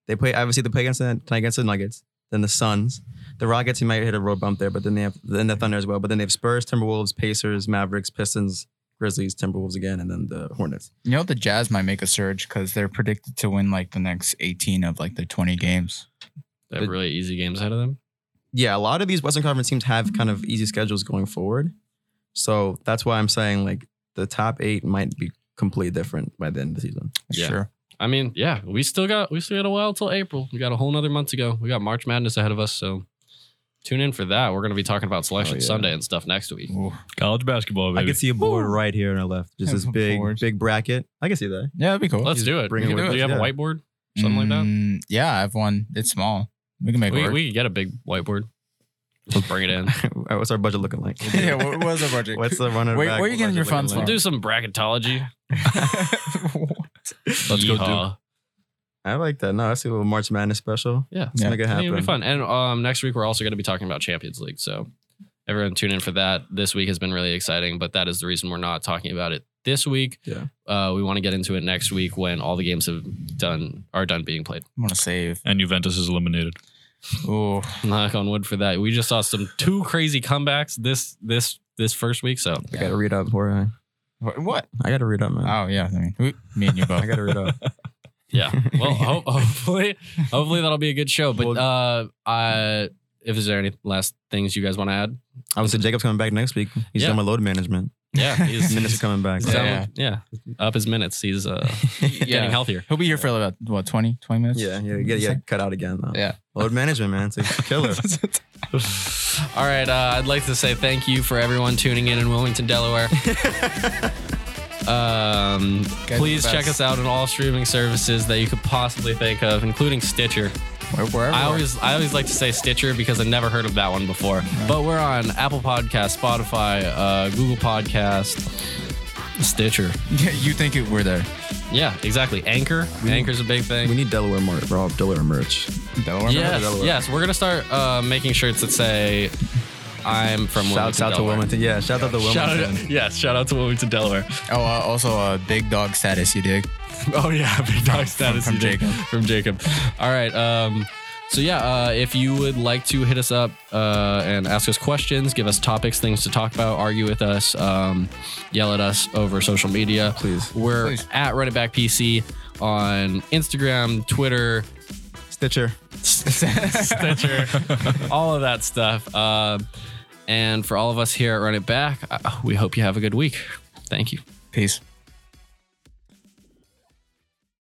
Speaker 1: They play obviously they play against the, tonight against the Nuggets. then the Suns. The Rockets, you might hit a road bump there, but then they have then the Thunder as well. But then they have Spurs, Timberwolves, Pacers, Mavericks, Pistons, Grizzlies, Timberwolves again, and then the Hornets.
Speaker 3: You know the Jazz might make a surge because they're predicted to win like the next 18 of like their 20 games.
Speaker 2: They have
Speaker 1: But-
Speaker 2: really easy games ahead of them.
Speaker 1: Yeah, a lot of these Western Conference teams have kind of easy schedules going forward. So that's why I'm saying like the top eight might be completely different by the end of the season.
Speaker 2: Yeah.
Speaker 3: Sure.
Speaker 2: I mean, yeah, we still got we still got a while till April. We got a whole nother month to go. We got March Madness ahead of us, so tune in for that. We're gonna be talking about Selection
Speaker 1: Oh, yeah.
Speaker 2: Sunday and stuff next week.
Speaker 3: Ooh.
Speaker 4: College basketball,
Speaker 1: I
Speaker 4: baby.
Speaker 1: can see a board right here on our left. Just
Speaker 3: Yeah,
Speaker 1: this big,
Speaker 3: boards.
Speaker 1: big bracket. I can see that.
Speaker 3: Yeah, that'd be cool.
Speaker 2: Let's
Speaker 1: Just
Speaker 2: do it.
Speaker 1: bring
Speaker 2: We
Speaker 1: it
Speaker 2: can-
Speaker 1: with
Speaker 2: do you
Speaker 1: us,
Speaker 2: have a
Speaker 1: yeah.
Speaker 2: whiteboard, something like that?
Speaker 3: Mm, Yeah, I have one. It's small. We can make it
Speaker 2: We,
Speaker 3: work.
Speaker 2: we can get a big whiteboard. Let's bring it in.
Speaker 1: All right, what's our budget looking like?
Speaker 3: yeah, what was our budget?
Speaker 1: What's the running
Speaker 3: Where-
Speaker 1: back
Speaker 3: where you getting
Speaker 1: budget
Speaker 3: your
Speaker 1: looking
Speaker 3: funds
Speaker 2: We'll
Speaker 1: like?
Speaker 2: do some bracketology.
Speaker 4: Let's go do it.
Speaker 2: Yeehaw.
Speaker 1: I like that. No, I see a little March Madness special.
Speaker 2: Yeah.
Speaker 1: Let's
Speaker 3: Yeah.
Speaker 1: make it
Speaker 2: I think it'll
Speaker 1: happen.
Speaker 2: be fun. And um, next week we're also going to be talking about Champions League. So everyone tune in for that. This week has been really exciting, but that is the reason we're not talking about it this week.
Speaker 1: Yeah.
Speaker 2: Uh, we want to get into it next week when all the games have done are done being played.
Speaker 3: I'm gonna save.
Speaker 4: and Juventus is eliminated.
Speaker 3: Ooh,
Speaker 2: Knock on wood for that. We just saw some two crazy comebacks this this this first week. So
Speaker 1: I gotta read up, Jorge.
Speaker 3: Wh- what?
Speaker 1: I gotta read up, man.
Speaker 3: Oh yeah, I mean, we, me and you both.
Speaker 1: I gotta read up.
Speaker 2: yeah. Well, ho- hopefully, hopefully that'll be a good show. But uh, I, if is there any last things you guys want to add?
Speaker 1: I would say Jacob's coming back next week. He's
Speaker 2: Yeah.
Speaker 1: doing my load management.
Speaker 2: Yeah, he's,
Speaker 1: Minutes are coming back.
Speaker 2: he's
Speaker 1: Yeah.
Speaker 2: down- yeah, up his minutes. He's uh,
Speaker 3: Yeah.
Speaker 2: getting healthier.
Speaker 3: He'll be here for about what 20, 20 minutes.
Speaker 1: Yeah, yeah, yeah, yeah. Cut out again though.
Speaker 3: Yeah.
Speaker 1: Load management, man. It's a killer.
Speaker 2: All right, uh, I'd like to say thank you for everyone tuning in in Wilmington, Delaware. um,
Speaker 3: Guys,
Speaker 2: please
Speaker 3: the
Speaker 2: check us
Speaker 3: best.
Speaker 2: out on all streaming services that you could possibly think of, including Stitcher.
Speaker 3: Where- wherever
Speaker 2: I
Speaker 3: we're-
Speaker 2: always I always like to say Stitcher because I never heard of that one before. But we're on Apple Podcast, Spotify, uh, Google Podcast, Stitcher.
Speaker 3: you think it, we're there?
Speaker 2: Yeah, exactly. Anchor. Anchor's a big thing.
Speaker 1: we need Delaware merch. Rob Delaware merch.
Speaker 3: Delaware.
Speaker 2: yes, yes, we're gonna start uh, making shirts that say I'm from
Speaker 1: Shouts
Speaker 2: Wilmington,
Speaker 1: out to
Speaker 2: Delaware."
Speaker 1: Wilmington. Yeah, shout out to
Speaker 2: Shout
Speaker 1: Wilmington.
Speaker 2: out, yes, shout out to Wilmington, Delaware.
Speaker 3: Oh, uh, also uh, big dog status. You dig?
Speaker 2: Oh yeah, big dog status
Speaker 3: from
Speaker 2: you did.
Speaker 3: Jacob.
Speaker 2: From Jacob. All right. Um, so yeah, uh, if you would like to hit us up uh, and ask us questions, give us topics, things to talk about, argue with us, um, yell at us over social media,
Speaker 1: Please.
Speaker 2: We're
Speaker 3: Please.
Speaker 2: at Run It Back PC on Instagram, Twitter,
Speaker 1: Stitcher.
Speaker 2: Stitcher, all of that stuff. Uh, and for all of us here at Run It Back, uh, we hope you have a good week. Thank you.
Speaker 3: Peace.